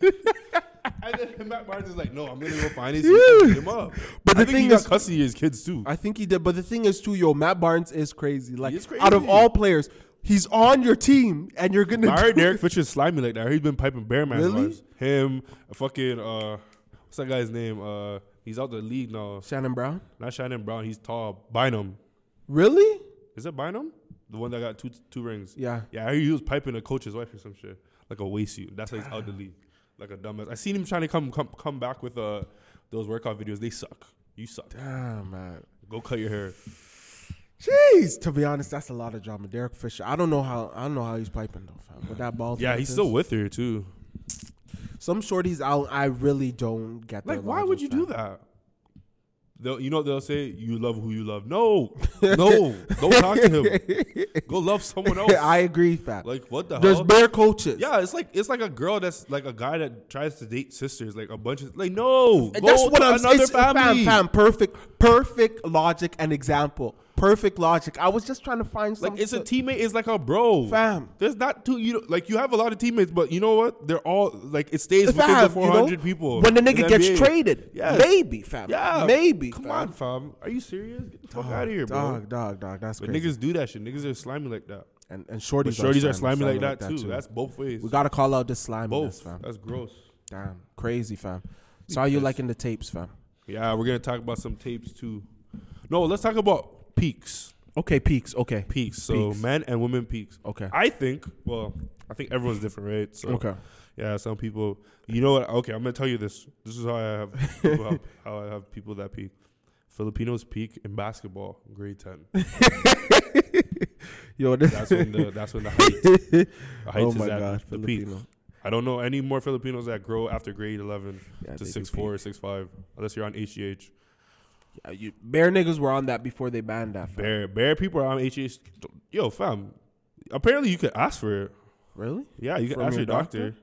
S1: and then [laughs] Matt Barnes is like, no, I'm gonna go find his and beat him up.
S2: But
S1: I
S2: the
S1: think he
S2: thing
S1: got
S2: is-
S1: custody of his kids too.
S2: I think he did, but the thing is too, yo, Matt Barnes is crazy. Like
S1: is
S2: out of
S1: crazy.
S2: all players, he's on your team and you're gonna
S1: I heard
S2: do-
S1: Derek Fisher's slimy like that. He's been piping bear man
S2: Really?
S1: wives. Him, fucking uh, what's that guy's name? Uh, he's out the league now.
S2: Shannon Brown.
S1: Not Shannon Brown. He's tall. Bynum.
S2: Really?
S1: Is it Bynum? The one that got two two rings.
S2: Yeah.
S1: Yeah, I heard he was piping a coach's wife or some shit, like a waist suit. That's why he's out the league, like a dumbass. I seen him trying to come come come back with uh those workout videos. They suck. You suck.
S2: Damn Ah, man.
S1: Go cut your hair.
S2: Jeez, to be honest, that's a lot of drama. Derek Fisher. I don't know how I don't know how he's piping though, fam. But that ball.
S1: Yeah, he's
S2: fetish-
S1: still with her too.
S2: Some shorties out, I really don't get. their
S1: Like, why
S2: logic,
S1: would you
S2: fam.
S1: do that? They'll, you know, they'll say you love who you love. No,
S2: [laughs]
S1: no, don't talk to him. Go love
S2: [laughs]
S1: someone else.
S2: I agree, fam.
S1: like what the
S2: There's
S1: hell?
S2: bare coaches.
S1: yeah, it's like it's like a girl that's like a guy that tries to date sisters. Like a bunch of like no,
S2: And
S1: go
S2: that's what
S1: to
S2: I'm
S1: another
S2: it's-
S1: family.
S2: Fam, fam, perfect, perfect logic and example. Perfect logic. I was just trying to find some.
S1: Like it's a teammate is like a bro.
S2: Fam.
S1: There's not two you know, like you have a lot of teammates, but you know what? They're all like it stays within
S2: Fam,
S1: the
S2: you know,
S1: four hundred people.
S2: When the
S1: in
S2: nigga gets
S1: NBA.
S2: traded,
S1: Yes.
S2: maybe, fam.
S1: Yeah.
S2: maybe.
S1: Come
S2: fam.
S1: on, fam. Are you serious? Get the fuck out of here, bro.
S2: dog, dog, dog. That's
S1: But
S2: crazy.
S1: niggas do that shit. Niggas are slimy like that.
S2: and
S1: But
S2: and shorties,
S1: shorties are slimy, like, that, too. That's both ways.
S2: we gotta call out this slime.
S1: both.
S2: fam.
S1: That's gross.
S2: Damn, crazy, fam. So how you liking the tapes, fam?
S1: Yeah, we're gonna talk about some tapes too. No, let's talk about peaks.
S2: Okay, peaks. Okay,
S1: Peaks. So
S2: Peaks.
S1: men and women peaks.
S2: okay,
S1: I think. Well, I think everyone's different, right? So,
S2: okay.
S1: Yeah, some people. You know what? Okay, I'm gonna tell you this. This is how I have people,
S2: [laughs]
S1: how, how I have people that peak. Filipinos peak in basketball, grade ten.
S2: Yo, this,
S1: That's when the that's when the
S2: [laughs]
S1: height, the height
S2: oh
S1: is
S2: my
S1: at
S2: gosh,
S1: the peak.
S2: Filipino.
S1: I don't know any more Filipinos that grow after grade eleven
S2: Yeah,
S1: to
S2: they do
S1: six
S2: peak.
S1: four or six five, unless you're on HGH.
S2: Yeah, you, bare niggas were on that before they banned that. Fam.
S1: Bare bare people are on HGH. Yo, fam. Apparently, you could ask for it.
S2: Really?
S1: Yeah, you could
S2: From
S1: ask
S2: your
S1: your
S2: doctor?
S1: doctor.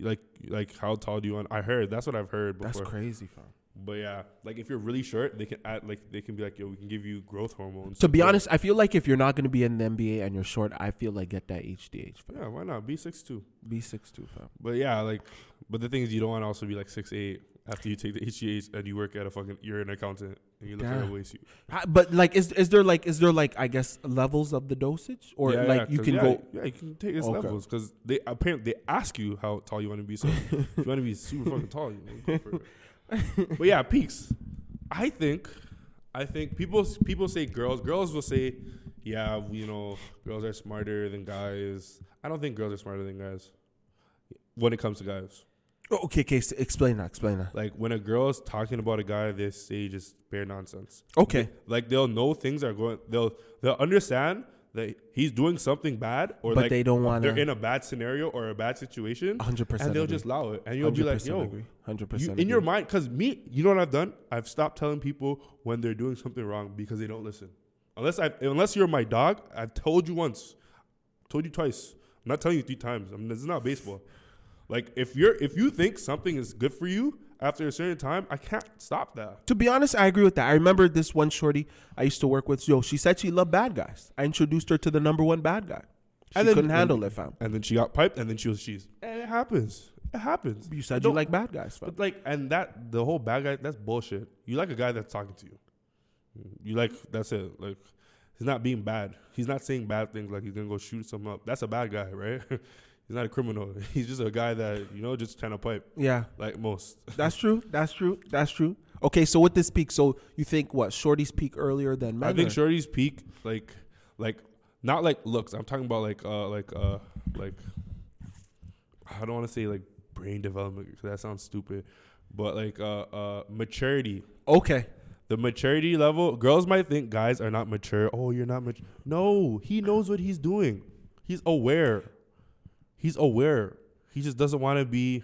S1: Like, like how tall do you want? I heard that's what I've heard before.
S2: That's crazy, fam.
S1: But yeah, like if you're really short, they can add like they can be like, yo, we can give you growth hormones.
S2: To be
S1: But-
S2: honest, I feel like if you're not going to be in the NBA and you're short, I feel like get that HDH. Fam.
S1: yeah, why not? Be six two.
S2: Be six two, fam.
S1: But yeah, like, but the thing is, you don't want to also be like six eight after you take the HGH and you work at a fucking. You're an accountant and you look at
S2: Yeah.
S1: a waste. You
S2: I- But like, is is there like is there like I guess levels of the dosage or
S1: Yeah,
S2: like
S1: yeah,
S2: you
S1: 'cause
S2: can
S1: yeah,
S2: go?
S1: Yeah, you can take its
S2: Okay.
S1: levels because they apparently they ask you how tall you want to be. So if
S2: [laughs]
S1: you want to be super fucking tall, you know, go for it. But yeah, peaks. I think, I think people people say girls. Girls will say, yeah, you know, girls are smarter than guys. I don't think girls are smarter than guys when it comes to guys.
S2: Oh, Okay, okay. s- Explain that. Explain that.
S1: Like when a girl's talking about a guy, they say just bare nonsense.
S2: Okay.
S1: Like they'll know things are going. They'll they'll understand that he's doing something bad, or
S2: But
S1: like
S2: they don't wanna-
S1: They're in a bad scenario or a bad situation,
S2: 100%
S1: and they'll
S2: agree.
S1: just allow it. And you'll be like,
S2: 100%
S1: yo,
S2: agree. 100%
S1: you, in your
S2: agree.
S1: mind, because me, you know what I've done? I've stopped telling people when they're doing something wrong because they don't listen. Unless I, unless you're my dog, I've told you once, told you twice. I'm not telling you three times. I mean, this is not baseball. Like if you're, if you think something is good for you after a certain time, I can't stop that.
S2: To be honest, I agree with that. I remember this one shorty I used to work with. Yo, she said she loved bad guys. I introduced her to the number one bad guy. She
S1: And then-
S2: couldn't handle it, fam.
S1: And then she got piped, and then she was cheese. And it happens. It happens.
S2: You said
S1: Don't-
S2: you like bad guys, fam.
S1: But like, and that the whole bad guy, that's bullshit. You like a guy that's talking to you. You like that's it. Like he's not being bad. He's not saying bad things like he's gonna go shoot someone up. That's a bad guy, [laughs] right? he's not a criminal. [laughs] He's just a guy that you know just trying to pipe
S2: Yeah,
S1: like most.
S2: that's true. That's true. That's true. Okay, so with this peak, so you think what shorties peak earlier than men?
S1: I think
S2: or-
S1: Shorty's peak, like, like not like looks. I'm talking about like, uh, like, uh, like. I don't want to say like brain development because that sounds stupid, but like uh, uh, maturity.
S2: Okay,
S1: The maturity level. Girls might think guys are not mature. Oh, you're not mature. No, he knows what he's doing. He's aware. He's aware. He just doesn't want to be.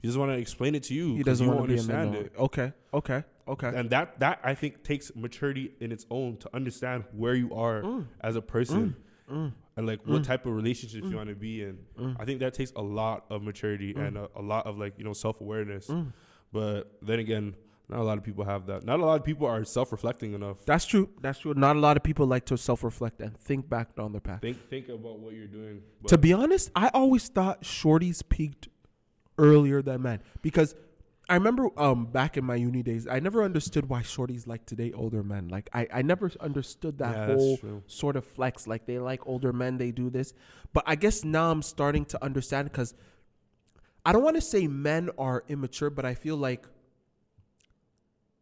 S1: He doesn't want to explain it to you.
S2: he
S1: 'cause
S2: doesn't
S1: you
S2: want to
S1: won't
S2: be a minority. Okay, okay, okay.
S1: and that that I think takes maturity in its own to understand where you are
S2: Mm.
S1: as a person and like what type of relationships
S2: Mm.
S1: you want to be in. I think that takes a lot of maturity and a, a lot of like you know self awareness.
S2: Mm.
S1: But then again, not a lot of people have that. Not a lot of people are self reflecting enough.
S2: That's true. That's true. Not a lot of people like to self-reflect and think back on their past.
S1: Think think about what you're doing. But
S2: To be honest, I always thought shorties peaked earlier than men because I remember um, back in my uni days, I never understood why shorties like to date older men. Like I, I never understood that
S1: Yeah, that's
S2: whole
S1: true.
S2: sort of flex. Like they like older men, they do this. But I guess now I'm starting to understand because I don't want to say men are immature, but I feel like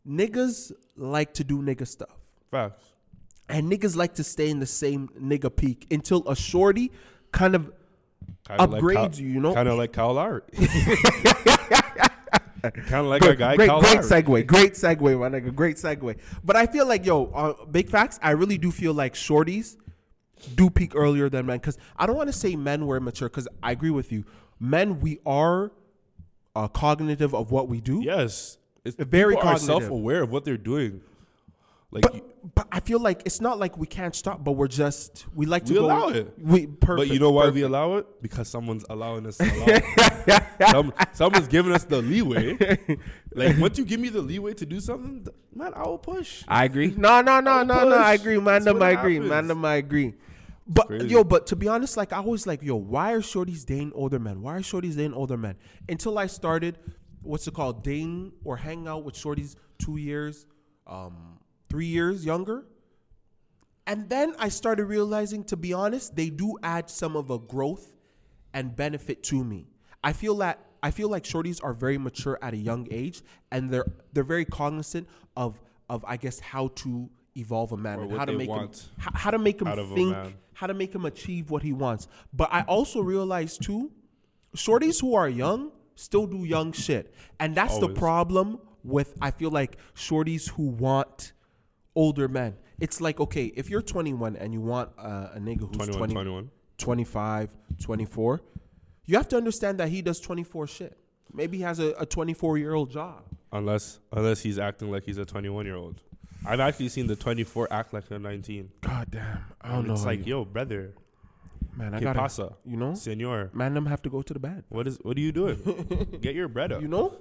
S2: niggas like to do nigga stuff
S1: facts.
S2: and niggas like to stay in the same nigga peak until a shorty kind of Upgrades you, you know?
S1: Kind of like Kyle
S2: [laughs]
S1: Lowry. kind of like our guy
S2: great,
S1: Kyle
S2: great
S1: Lowry.
S2: segue, great segue, my nigga, great segue. But I feel like yo, uh, big facts. I really do feel like shorties do peak earlier than men because I don't want to say men were immature because I agree with you. Men, we are uh, cognitive of what we do.
S1: Yes, it's
S2: Very
S1: people are
S2: cognitive.
S1: self-aware of what they're doing. Like,
S2: But,
S1: you-
S2: but I feel like it's not like we can't stop, but we're just we like to
S1: We
S2: go,
S1: allow it.
S2: We perfect.
S1: but you know why we allow it? Because someone's allowing us. To allow it.
S2: [laughs]
S1: Some, someone's giving us the leeway. Like once you give me the leeway to do something, th- man, I will push.
S2: I agree. No, no, no,
S1: Oh,
S2: no, no. I
S1: push.
S2: agree, man.
S1: That's
S2: Them,
S1: what
S2: I agree, man.
S1: happens.
S2: Them, I agree. But
S1: crazy.
S2: yo, but to be honest, like I always like, yo, why are shorties dating older men? Why are shorties dating older men? Until I started, what's it called, dating or hanging out with shorties two years, um, three years younger. And then I started realizing, to be honest, they do add some of a growth and benefit to me. I feel that I feel like shorties are very mature at a young age, and they're they're very cognizant of of I guess how to evolve a man and
S1: what
S2: how to
S1: they
S2: make him,
S1: want
S2: how, how to make him
S1: out of a
S2: think,
S1: man.
S2: how to make him achieve what he wants. But I also realized too, shorties who are young still do young shit, and that's the
S1: Always.
S2: problem with I feel like shorties who want older men. It's like okay, if you're 21 and you want uh, a nigga who's
S1: 21,
S2: 20,
S1: 21.
S2: 25, 24, you have to understand that he does 24 shit. Maybe he has a, a 24 year old job.
S1: Unless unless he's acting like he's a 21 year old. I've actually seen the 24 act like they're 19.
S2: God damn, I
S1: And it's like, yo, brother,
S2: man, I
S1: que
S2: gotta,
S1: pasa,
S2: you know,
S1: senor?
S2: man, them have to go to the bed. [laughs]
S1: What is what are you doing? Get your bread up.
S2: You know,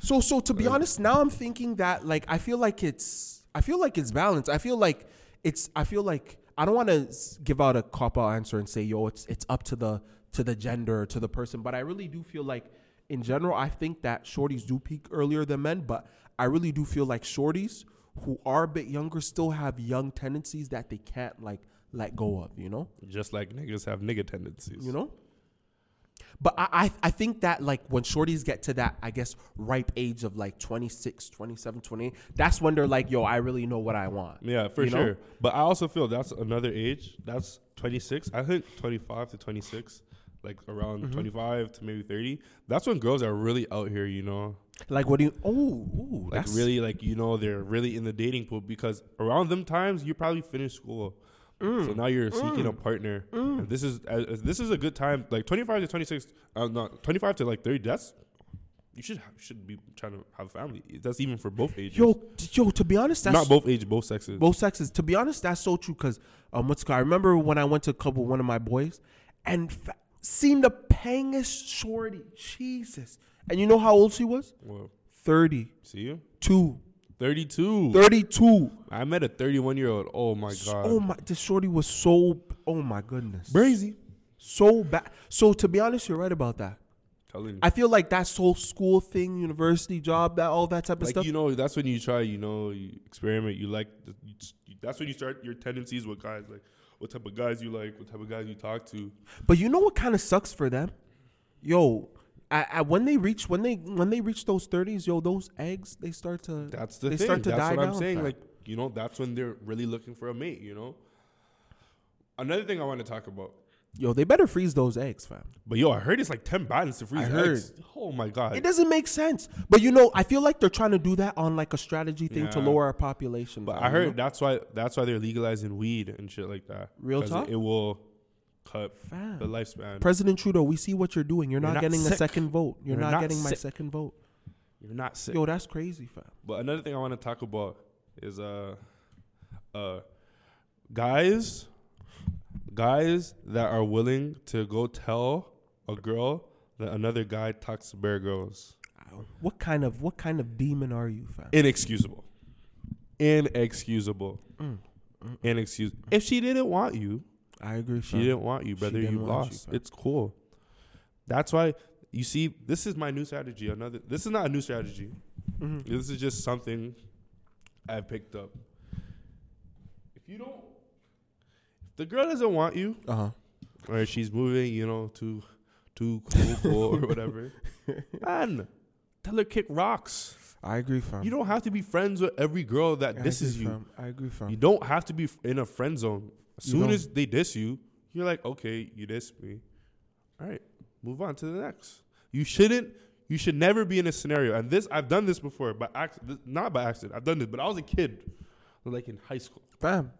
S2: So so to be honest, now I'm thinking that like I feel like it's I feel like it's balanced. I feel like it's I feel like I don't want to give out a cop out answer and say yo it's it's up to the to the gender to the person, but I really do feel like in general I think that shorties do peak earlier than men, but I really do feel like shorties who are a bit younger still have young tendencies that they can't like let go of, you know?
S1: Just like niggas have nigga tendencies.
S2: you know. But I, I I think that like when shorties get to that I guess ripe age of like 26, 27, 28, that's when they're like, yo, I really know what I want.
S1: Yeah, for
S2: You know?
S1: sure. But I also feel that's another age. That's 26. I think 25 to 26, like around
S2: Mm-hmm.
S1: 25 to maybe 30. That's when girls are really out here, you know?
S2: Like what do you oh ooh,
S1: Like,
S2: that's
S1: really, like, you know, they're really in the dating pool because around them times, you probably finished school.
S2: Mm.
S1: So now you're seeking a partner. And this is uh, this is a good time. Like 25 to 26, uh, not 25 to like 30, that's. You should have, should be trying to have a family. That's even for both ages.
S2: yo t- yo to be honest that's
S1: not both age, both sexes.
S2: both sexes. To be honest, that's so true. Cause um, what's I remember when I went to a club with one of my boys, and fa- seen the pangest shorty, Jesus. And you know how old she was?
S1: Well,
S2: 32,
S1: see you.
S2: 32.
S1: 32. I met a 31 year old. Oh my god.
S2: Oh my, this shorty was so. Oh my goodness,
S1: Brazy.
S2: so bad. So to be honest, you're right about that.
S1: Telling you.
S2: I feel like that whole school thing, university job, that all that type of
S1: like
S2: stuff.
S1: you know, that's when you try. You know, you experiment. You like. the- you s- you- That's when you start your tendencies with guys. Like, what type of guys you like? What type of guys you talk to?
S2: but you know what kind of sucks for them, yo. I, I, when they reach when they when they reach those thirties, yo, those eggs they start to
S1: That's the
S2: they
S1: thing.
S2: start to
S1: that's
S2: die
S1: what I'm
S2: down,
S1: saying.
S2: fam.
S1: Like, you know, that's when they're really looking for a mate. You know. Another thing I want to talk about.
S2: yo, they better freeze those eggs, fam.
S1: But yo, I heard it's like ten battles to freeze
S2: heard.
S1: eggs. Oh my god.
S2: It doesn't make sense, but you know, I feel like they're trying to do that on like a strategy thing to
S1: Yeah.
S2: lower our population.
S1: But
S2: fam,
S1: I
S2: you
S1: heard
S2: know?
S1: that's why that's why they're legalizing weed and shit like that.
S2: Real
S1: 'Cause
S2: talk?
S1: It, it will cut
S2: Fam.
S1: the lifespan.
S2: President Trudeau, we see what you're doing. You're, not,
S1: not
S2: getting a
S1: sick.
S2: second vote. You're,
S1: You're
S2: not,
S1: not
S2: getting my
S1: sick.
S2: second vote.
S1: You're not sick.
S2: Yo, that's crazy, fam.
S1: But another thing I want to talk about is uh uh guys guys that are willing to go tell a girl that another guy talks to bare girls.
S2: What kind of what kind of demon are you, fam?
S1: Inexcusable. Inexcusable. Inexcusable. If she didn't want you,
S2: I agree.
S1: She didn't want you, brother.
S2: didn't
S1: You
S2: want you,
S1: lost.
S2: fam.
S1: it's cool. That's why you see. This is my new strategy. Another. This is not a new strategy.
S2: Mm-hmm.
S1: This is just something I picked up. If you don't, if the girl doesn't want you,
S2: Uh huh.
S1: or she's moving, you know, too, too
S2: [laughs]
S1: cool, cool or whatever, man, tell her kick rocks.
S2: I agree, fam.
S1: You don't have to be friends with every girl that
S2: Um, I
S1: disses
S2: agree,
S1: you.
S2: Fam. I agree, fam.
S1: You don't have to be f- in a friend zone. As
S2: You
S1: soon
S2: don't.
S1: as they diss you, you're like, okay, you diss me. All right, move on to the next. You shouldn't. You should never be in a scenario. And this, I've done this before, but ac- th- not by accident. I've done this, but I was a kid, like in high school.
S2: fam,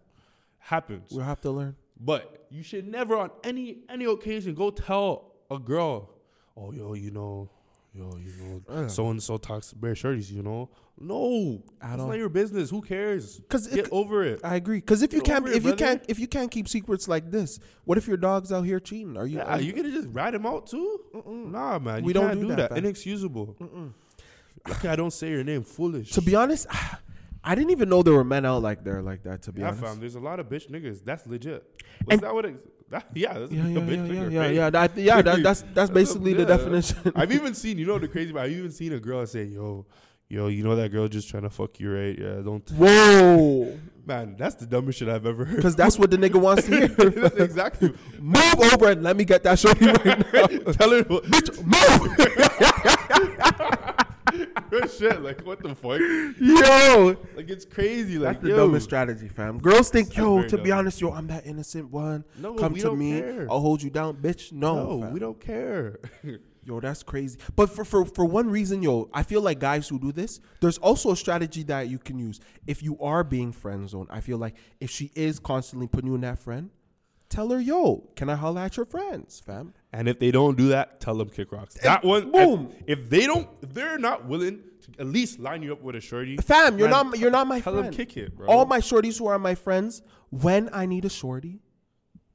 S1: Happens.
S2: we'll have to learn.
S1: But you should never, on any any occasion, go tell a girl, "Oh, yo, you know, yo, you know,
S2: Yeah.
S1: so and so talks bare shirties." You know, no,
S2: I
S1: that's
S2: don't-
S1: not your business. Who cares?
S2: 'Cause it
S1: get
S2: c-
S1: over it.
S2: I agree. Because if you
S1: Get
S2: can't,
S1: over it,
S2: if you
S1: brother.
S2: can't, if you can't keep secrets like this, what if your dog's out here cheating? Are you?
S1: Yeah,
S2: are
S1: you gonna just rat him out too? Nah, man, you
S2: We
S1: can't do, that.
S2: fam.
S1: Inexcusable. Lucky I don't say your name. Foolish.
S2: to be honest, [sighs] I didn't even know there were men out like there like that. To be
S1: yeah,
S2: honest,
S1: fam. There's a lot of bitch niggas. That's legit. Was
S2: And-
S1: that what? It, that, yeah, that's
S2: yeah,
S1: a
S2: yeah, yeah,
S1: bitch
S2: yeah,
S1: nigga.
S2: yeah,
S1: right?
S2: yeah.
S1: [laughs]
S2: That, yeah, that, that's that's
S1: a-
S2: basically the
S1: [laughs] yeah.
S2: definition. [laughs]
S1: I've even seen. You know the crazy part. I've even seen a girl say, "Yo, yo, you know that girl just trying to fuck you, right? Yeah, don't."
S2: Whoa,
S1: Man, that's the dumbest shit I've ever heard. [laughs]
S2: [laughs] because that's what the nigga wants to hear. [laughs]
S1: exactly. [laughs]
S2: Move over and let me get that shorty right now.
S1: Tell her what,
S2: Bitch, move!
S1: shit. Like what the fuck?
S2: yo!
S1: Like it's crazy. Like
S2: That's the
S1: yo.
S2: dumbest strategy, fam. Girls think, yo,
S1: very
S2: to be
S1: dumb.
S2: honest, yo, I'm that innocent one.
S1: No,
S2: Come
S1: we
S2: to
S1: don't
S2: me.
S1: care.
S2: I'll hold you down, bitch. No.
S1: No,
S2: fam.
S1: we don't care. [laughs]
S2: Yo, that's crazy. But for, for, for one reason, yo, I feel like guys who do this, there's also a strategy that you can use. If you are being friend zoned, I feel like if she is constantly putting you in that friend, tell her, yo, can I holla at your friends, fam?
S1: And if they don't do that, tell them kick rocks. That one,
S2: boom.
S1: If, if they don't, if they're not willing to at least line you up with a shorty,
S2: Fam, you're
S1: man,
S2: not you're not my
S1: tell 'em
S2: friend.
S1: kick it, bro.
S2: All my shorties who are my friends, when I need a shorty,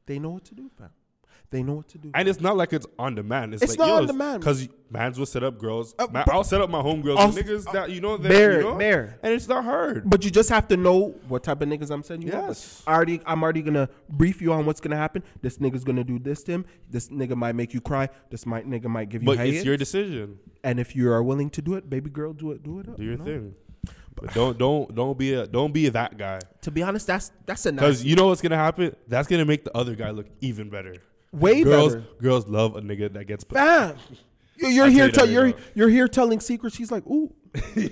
S2: they know what to do, fam. They know what to do.
S1: And it's not like it's on demand. It's,
S2: It's
S1: like,
S2: not
S1: yo,
S2: on demand.
S1: Because mans will set up girls.
S2: Uh,
S1: Ma-
S2: but-
S1: I'll set up my homegirls.
S2: I'll
S1: girls.
S2: s-
S1: niggas
S2: I'll-
S1: that, you know, that.
S2: There,
S1: you know?
S2: there.
S1: And it's not hard.
S2: But you just have to know what type of niggas I'm sending you. out with.
S1: Yes.
S2: I already, I'm already gonna brief you on what's gonna happen. This nigga's gonna do this to him. This nigga might make you cry. This might nigga might give you
S1: But
S2: hate.
S1: it's your decision.
S2: and if you are willing to do it, baby girl, do it. Do it. Up,
S1: Do your
S2: you know?
S1: thing. But don't don't don't be a don't be that guy.
S2: To be honest, that's that's a nice
S1: Because you know what's gonna happen? That's gonna make the other guy look even better.
S2: way
S1: girls
S2: better.
S1: girls love a nigga that gets
S2: Bam. You- You're
S1: I'll
S2: here.
S1: tell you
S2: Tell
S1: that
S2: you are
S1: right now.
S2: you're here telling secrets. She's like, ooh,
S1: she's [laughs]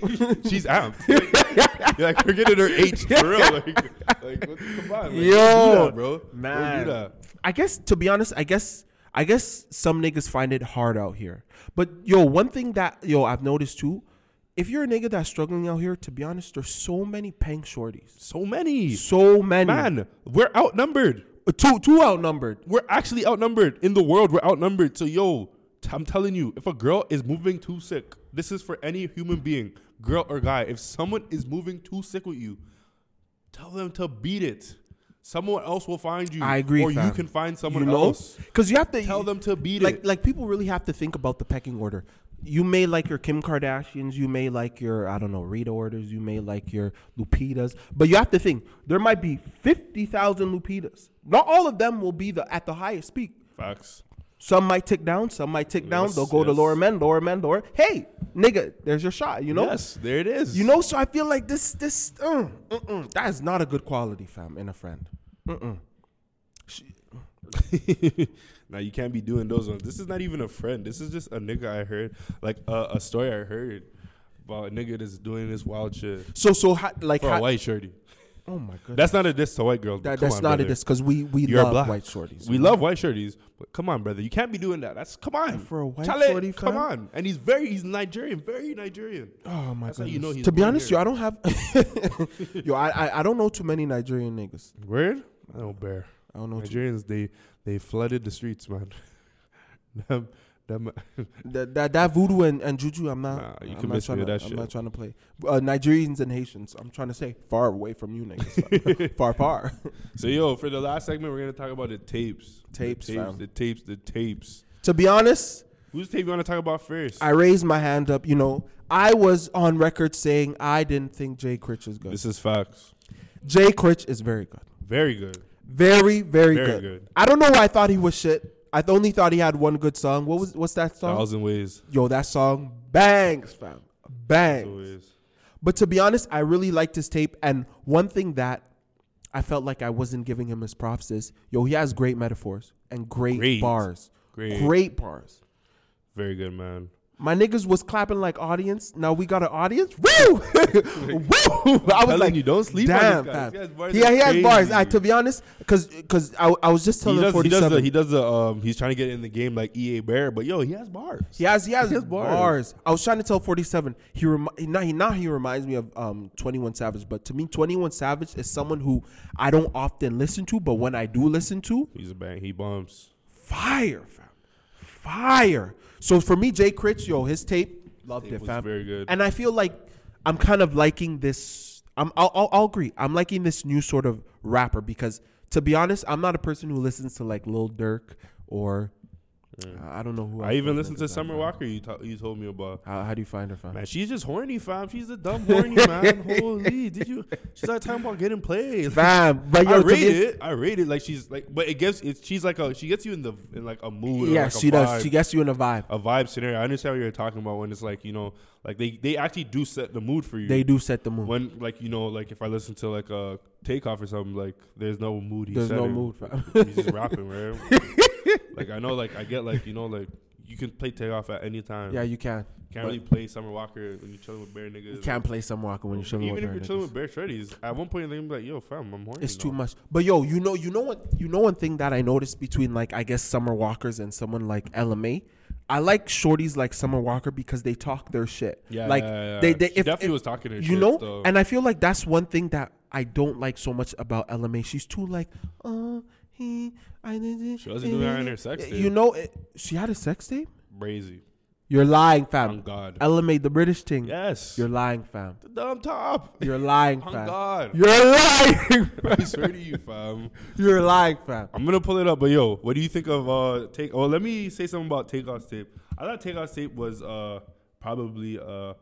S1: amped. Like, you're like, we're getting her H for
S2: [laughs]
S1: real. Like, like what, come on, like, don't
S2: Yo,
S1: do that, bro. Don't do
S2: man.
S1: that.
S2: I guess to be honest, I guess I guess some niggas find it hard out here. But yo, one thing that yo I've noticed too, if you're a nigga that's struggling out here, to be honest, there's so many pang shorties,
S1: So many.
S2: so many,
S1: Man, we're outnumbered.
S2: Uh, too too outnumbered.
S1: We're actually outnumbered in the world. We're outnumbered. So yo, t- I'm telling you, if a girl is moving too sick, this is for any human being, girl or guy. If someone is moving too sick with you, tell them to beat it. Someone else will find you.
S2: I agree,
S1: Or you
S2: fam.
S1: can find someone
S2: You know,
S1: else.
S2: because you have to
S1: Tell them to beat
S2: like
S1: it.
S2: like people really have to think about the pecking order. You may like your Kim Kardashians, you may like your I don't know Rita orders, you may like your Lupitas, but you have to think there might be fifty thousand Lupitas. Not all of them will be the at the highest peak.
S1: Facts.
S2: Some might tick down, some might tick down.
S1: Yes,
S2: They'll go to
S1: yes.
S2: lower men, lower men, lower. Hey, nigga, there's your shot. You know.
S1: Yes, there it is.
S2: You know. So I feel like this this uh, mm-mm, that is not a good quality, fam, in a friend. Mm-mm.
S1: now you can't be doing those ones. This is not even a friend. This is just a nigga I heard, like a a story I heard about a nigga that's doing this wild shit
S2: So so how, like
S1: for a
S2: how,
S1: white shorty.
S2: oh my god.
S1: That's not a diss to white girls. but
S2: That,
S1: come
S2: that's
S1: on,
S2: not
S1: brother.
S2: a diss because we we
S1: You're
S2: love
S1: black.
S2: white shorties.
S1: We love white shorties, but come on, brother, you can't be doing that. That's come on
S2: For a white
S1: Chale,
S2: shorty,
S1: Come
S2: fam?
S1: on, and he's very he's Nigerian, very Nigerian.
S2: Oh my
S1: That's how you know
S2: goodness.
S1: he's
S2: to be
S1: born
S2: honest,
S1: here.
S2: yo, I don't have. [laughs] yo, I, I I don't know too many Nigerian niggas.
S1: Word? I don't bear.
S2: I don't know. Too,
S1: Nigerians, they they flooded the streets, man. [laughs] them, them,
S2: that, that that voodoo and, and juju, I'm not.
S1: Nah, you
S2: I'm
S1: can
S2: not
S1: miss me
S2: trying
S1: with
S2: to,
S1: that
S2: I'm
S1: shit.
S2: not trying to play uh, Nigerians and Haitians. I'm trying to say far away from you
S1: [laughs]
S2: niggas. [laughs] far far.
S1: So yo, for the last segment, we're gonna talk about the tapes.
S2: Tapes,
S1: the tapes,
S2: fam.
S1: the tapes, the tapes.
S2: to be honest,
S1: Whose tape you wanna talk about first?
S2: I raised my hand up. You know, I was on record saying I didn't think Jay Critch was good.
S1: this is facts.
S2: Jay Critch is very good.
S1: Very good.
S2: Very, very,
S1: Very
S2: good.
S1: good.
S2: I don't know why I thought he was shit. I th- only thought he had one good song. What was what's that song?
S1: Thousand ways.
S2: Yo, that song bangs, fam.
S1: Thousand
S2: Bangs.
S1: ways.
S2: But to be honest, I really liked his tape. And one thing that I felt like I wasn't giving him his props is yo, he has great metaphors and great,
S1: Great.
S2: bars.
S1: Great.
S2: Great bars.
S1: Very good, man.
S2: My niggas was clapping like audience. Now we got an audience. Woo! [laughs] Woo! I was
S1: telling
S2: like,
S1: you, don't sleep on
S2: Damn,
S1: this guy. This
S2: fam.
S1: guy's bars
S2: yeah,
S1: are
S2: he has bars.
S1: crazy.
S2: I, to be honest, because because I, I was just
S1: He
S2: telling
S1: does, he does
S2: 47.
S1: the he does the um he's trying to get in the game like EA Bear, but yo, he has bars.
S2: He has he has,
S1: He has bars.
S2: bars. I was trying to tell 47. He remi- now he now he reminds me of um 21 Savage, but to me 21 Savage is someone who I don't often listen to, but when I do listen to,
S1: He's a bang, he bumps.
S2: fire, fam. Fire. So for me Jay Critch, yo, his tape loved
S1: Tape
S2: it,
S1: was
S2: fam.
S1: very good.
S2: And I feel like I'm kind of liking this I'm I'll, I'll, I'll agree. I'm liking this new sort of rapper because to be honest, I'm not a person who listens to like Lil Durk or I don't know who
S1: Mm. I
S2: else
S1: even
S2: those
S1: listened to
S2: niggas are,
S1: Summer
S2: fam.
S1: Walker you to- you told me about.
S2: How, how do you find her, fam?
S1: Man, she's just horny, fam. She's a dumb horny
S2: [laughs]
S1: man. Holy, did you? She's like talking about getting played.
S2: Fam, but yo,
S1: I
S2: to
S1: rate
S2: be-
S1: it. I rate it. Like she's like, but it gives. It's, she's like a. She gets you in the in like a mood. or
S2: Yeah,
S1: like a
S2: she does.
S1: vibe-
S2: She gets you in a vibe.
S1: a vibe scenario. I understand what you're talking about when it's like you know, like they they actually do set the mood for you.
S2: They do set the mood.
S1: when like you know, like if I listen to like a takeoff or something, like there's no mood. He's
S2: There's no
S1: setting.
S2: mood, fam.
S1: He's just rapping, right? like I know, like I get, like you know, like you can play takeoff at any time.
S2: [laughs] yeah, you can.
S1: can't really play Summer Walker when you're chilling with bare niggas.
S2: You can't play some walking when you're chilling
S1: Even
S2: with
S1: if
S2: her
S1: you're chilling
S2: niggas.
S1: with bare shreddies, at one point they're gonna be like, "Yo, fam, I'm horny."
S2: It's too
S1: now."
S2: much. But yo, you know, you know what, you know, one thing that I noticed between like I guess Summer Walkers and someone like LMA. I like shorties like Summer Walker because they talk their shit.
S1: Yeah,
S2: like
S1: yeah, yeah.
S2: they, they
S1: She
S2: if,
S1: definitely
S2: if-
S1: was talking her
S2: you
S1: shit,
S2: know.
S1: though.
S2: And I feel like that's one thing that I don't like so much about LMA. She's too like, oh, he, I didn't.
S1: She wasn't doing that in her sex tape.
S2: You know, it, she had a sex tape.
S1: Brazy.
S2: You're lying, fam.
S1: On God.
S2: Ella made the British thing.
S1: yes.
S2: You're lying, fam.
S1: the on top.
S2: [laughs] You're lying,
S1: on
S2: fam.
S1: God. [laughs]
S2: You're lying. [laughs]
S1: I swear to you, fam.
S2: You're lying, fam.
S1: I'm gonna pull it up, but yo, what do you think of uh take? Oh, let me say something about takeoff's tape. I thought takeoff's tape was uh probably uh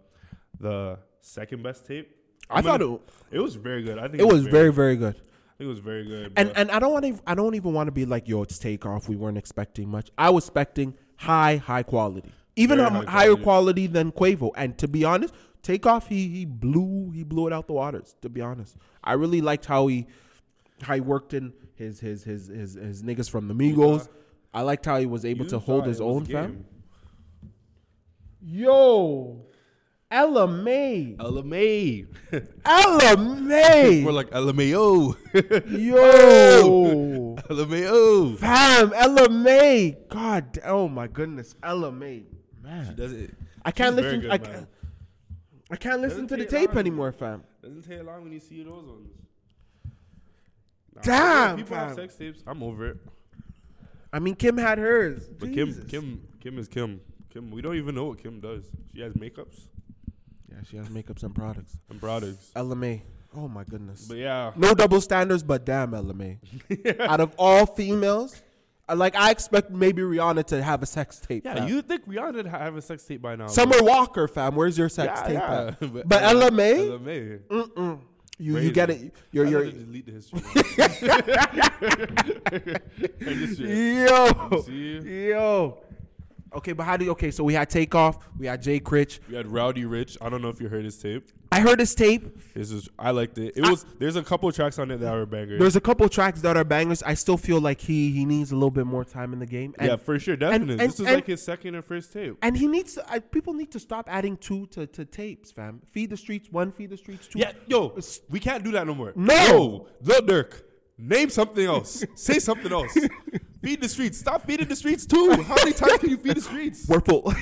S1: the second best tape.
S2: I
S1: I'm
S2: thought
S1: gonna-
S2: it,
S1: it was very good. I think
S2: it was very, very good.
S1: I think it was very good.
S2: And
S1: but-
S2: and I don't want to. I don't even want to be like, yo, it's takeoff. We weren't expecting much. I was expecting high, high quality, even
S1: Very
S2: um,
S1: high
S2: higher
S1: quality.
S2: quality than Quavo. And to be honest, takeoff he he blew he blew it out the waters. To be honest, I really liked how he how he worked in his his his his, his niggas from the Migos. I liked how he was able
S1: You
S2: to hold
S1: thought
S2: his
S1: it was
S2: own
S1: a
S2: fam.
S1: game.
S2: Yo, Ella May,
S1: [laughs] LMA.
S2: Ella May,
S1: We're like [laughs] LMAO.
S2: yo.
S1: LMAO.
S2: Fam, Ella May. God, da- oh my goodness, Ella May.
S1: She
S2: Man,
S1: does it.
S2: I can't
S1: she's very
S2: listen.
S1: good,
S2: I,
S1: man.
S2: can't, I can't listen to
S1: Doesn't
S2: the
S1: take
S2: tape
S1: long.
S2: anymore, fam.
S1: Doesn't take long when you see those ones. Nah,
S2: Damn,
S1: People have
S2: fam.
S1: sex tapes. I'm over it.
S2: I mean, Kim had hers.
S1: But
S2: Jesus.
S1: Kim, Kim, Kim is Kim. Kim, we don't even know what Kim does. She has makeups
S2: Yeah, she has makeups and products.
S1: and products.
S2: Ella May. Oh my goodness.
S1: But yeah,
S2: no double standards, but damn,
S1: [laughs]
S2: Ella May. Out of all females, I- like I expect maybe Rihanna to have a sex tape.
S1: yeah.
S2: fam.
S1: You think Rihanna had have a sex tape by now?
S2: Summer Walker, fam. Where's your
S1: [laughs] but-
S2: sex
S1: Yeah,
S2: tape?
S1: yeah.
S2: At? [laughs] But, Ella May.
S1: Ella May.
S2: Mm-mm. You
S1: Crazy.
S2: you get it. You're
S1: I
S2: you're.
S1: had to delete the history. [laughs] I just-
S2: Yo,
S1: You
S2: yo. Okay, but how do you? Okay, so we had takeoff. We had Jay Critch.
S1: We had Rowdy Rich. I don't know if you heard his tape.
S2: I heard his tape.
S1: This is I liked it. It was there's a couple tracks on it that were bangers.
S2: There's a couple tracks that are bangers. I still feel like he he needs a little bit more time in the game. And,
S1: yeah, for sure, definitely.
S2: and-
S1: this is
S2: and-
S1: like his second and first tape.
S2: and he needs to, I, people need to stop adding two to, to tapes, fam. Feed the streets one, feed the streets two.
S1: Yeah, yo, we can't do that no more.
S2: No.
S1: Yo, Lil Durk, name something else. Say something [laughs] else. feed the streets. Stop feeding the streets too. How many times can you feed the streets?
S2: we're full. [laughs]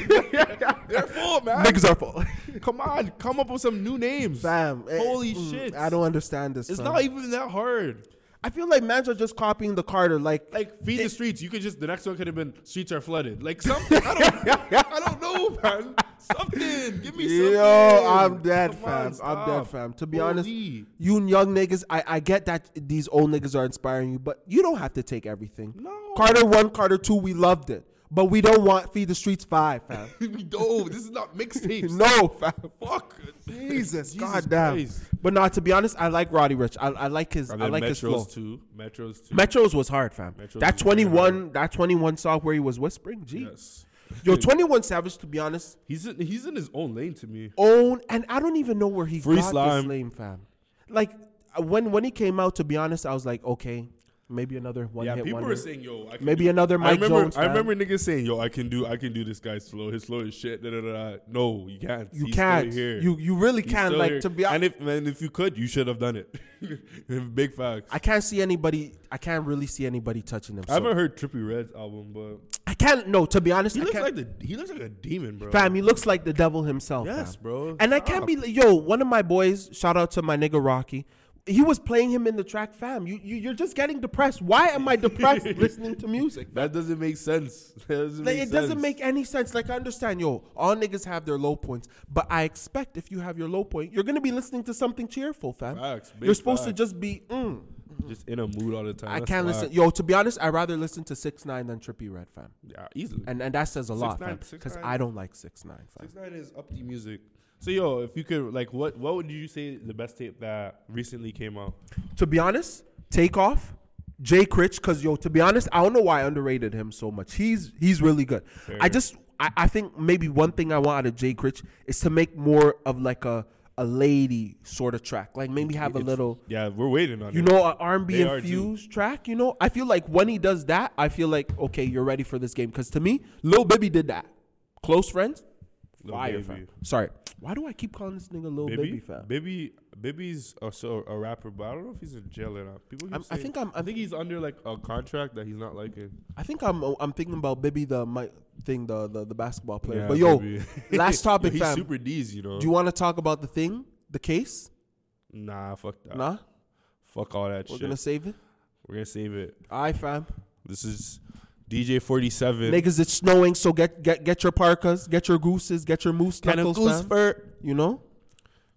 S1: They're full, man.
S2: Niggas are full,
S1: Come on, come up with some new names.
S2: [laughs] fam. eh,
S1: Holy
S2: mm,
S1: shit.
S2: I don't understand this.
S1: It's
S2: fam.
S1: not even that hard.
S2: I feel like Man's are just copying the Carter. Like,
S1: Like feed the streets. You could just the next one could have been streets are flooded. Like something. I don't. I don't know, man. Something. Give me something.
S2: Yo, I'm dead,
S1: Come on,
S2: fam. I'm
S1: stop.
S2: dead, fam. To be honest,
S1: Holy.
S2: you and young niggas, I, I get that these old niggas are inspiring you, but you don't have to take everything.
S1: No.
S2: Carter 1, Carter 2, we loved it. But we don't want Feed the Streets 5,
S1: [laughs]
S2: fam.
S1: no, this is not mixtapes.
S2: [laughs] no, fam.
S1: fuck.
S2: Jesus,
S1: Jesus
S2: goddamn.
S1: Christ.
S2: But nah, to be honest, I like Roddy Rich. I, I like his I
S1: And then
S2: like his flow.
S1: Metros too. Metros too.
S2: Metros was hard, fam.
S1: Metros
S2: that
S1: was very
S2: 21, that 21 song where he was whispering, gee.
S1: yes.
S2: Yo, 21 Savage, to be honest,
S1: He's in, he's in his own lane to me.
S2: own and I don't even know where he
S1: Free
S2: got
S1: slime.
S2: this name, fam. Like uh, when when he came out, to be honest, I was like, okay, maybe another one
S1: Yeah,
S2: hit
S1: people
S2: wonder.
S1: were saying, "Yo, I can
S2: Maybe
S1: do-
S2: another
S1: I
S2: Mike
S1: remember,
S2: Jones,
S1: I
S2: fam.
S1: remember niggas saying, "Yo, I can do, I can do this guy's flow. His flow is shit." Da, da, da, da. No, you can't.
S2: you
S1: He's still
S2: can't,
S1: here.
S2: you you really
S1: He's
S2: can't.
S1: still
S2: Like
S1: here.
S2: to be
S1: and
S2: honest,
S1: if and if you could, you should have done it. [laughs] Big facts.
S2: I can't see anybody. I can't really see anybody touching him.
S1: I
S2: So.
S1: haven't heard Trippy Red's album, but
S2: I can't. No, to be honest,
S1: he
S2: I
S1: looks
S2: can't.
S1: like the he looks like a demon, bro.
S2: fam, he looks like the devil himself.
S1: Yes,
S2: fam.
S1: bro. Ah,
S2: And I can't be. Yo, one of my boys. Shout out to my nigga Rocky. He was playing him in the track, fam. You, you you're just getting depressed. Why am
S1: [laughs]
S2: I depressed listening to music?
S1: That doesn't make sense. [laughs] That doesn't
S2: Like,
S1: make
S2: it doesn't
S1: sense.
S2: make any sense. Like I understand, yo, all niggas have their low points, but I expect if you have your low point, you're gonna be listening to something cheerful, fam.
S1: Facts, big
S2: you're supposed to
S1: facts.
S2: just be. Mm,
S1: just in a mood all the time.
S2: I
S1: That's
S2: can't
S1: why.
S2: listen, yo. To be honest, I rather listen to Six Nine than Trippy Red, fam.
S1: Yeah, easily.
S2: And and that says a lot,
S1: 6ix9ine-
S2: fam, because
S1: 6ix9ine
S2: I don't like Six Nine, fam.
S1: Six Nine is upbeat music. So yo, if you could like, what what would you say the best tape that recently came out?
S2: To be honest, take off. Jay Critch, cause yo, to be honest, I don't know why I underrated him so much. He's he's really good. I just I, I think maybe one thing I want out of Jay Critch is to make more of like a a lady sort of track. Like maybe have a little
S1: Yeah, we're waiting on
S2: you
S1: it.
S2: know an R&B
S1: They are due.
S2: infused track, you know? I feel like when he does that, I feel like okay, you're ready for this game cuz to me, Lil Baby did that. Close friends?
S1: Lil
S2: Fire
S1: Baby.
S2: fam. Sorry. Why do I keep calling this nigga Lil Baby,
S1: Baby,
S2: fam?
S1: Baby, Baby's also a rapper, but I don't know if he's in jail or not. People, keep
S2: I'm- I
S1: saying-
S2: think I'm-
S1: I think he's under like a contract that he's not liking.
S2: I think I'm oh, I'm thinking about Bibby the my thing the the, the basketball player.
S1: Yeah,
S2: but yo,
S1: Baby.
S2: [laughs]
S1: uh,
S2: last topic,
S1: he's
S2: fam.
S1: super D's, you know.
S2: do you want to talk about the thing, the case?
S1: nah, fuck that.
S2: nah,
S1: Fuck all that
S2: we're
S1: Ah, shit.
S2: gonna save it.
S1: we're gonna save it.
S2: All right, fam.
S1: This is DJ forty seven.
S2: Niggas, it's snowing, so get get get your parkas, get your gooses, get your moose
S1: Can a
S2: knuckles,
S1: goose
S2: fam. You know,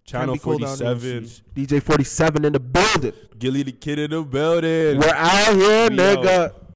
S1: Channel
S2: Can't be cold
S1: forty
S2: out here in
S1: seven.
S2: the streets. DJ forty seven in the building.
S1: Gilly the kid in the building.
S2: We're out here,
S1: We
S2: nigga.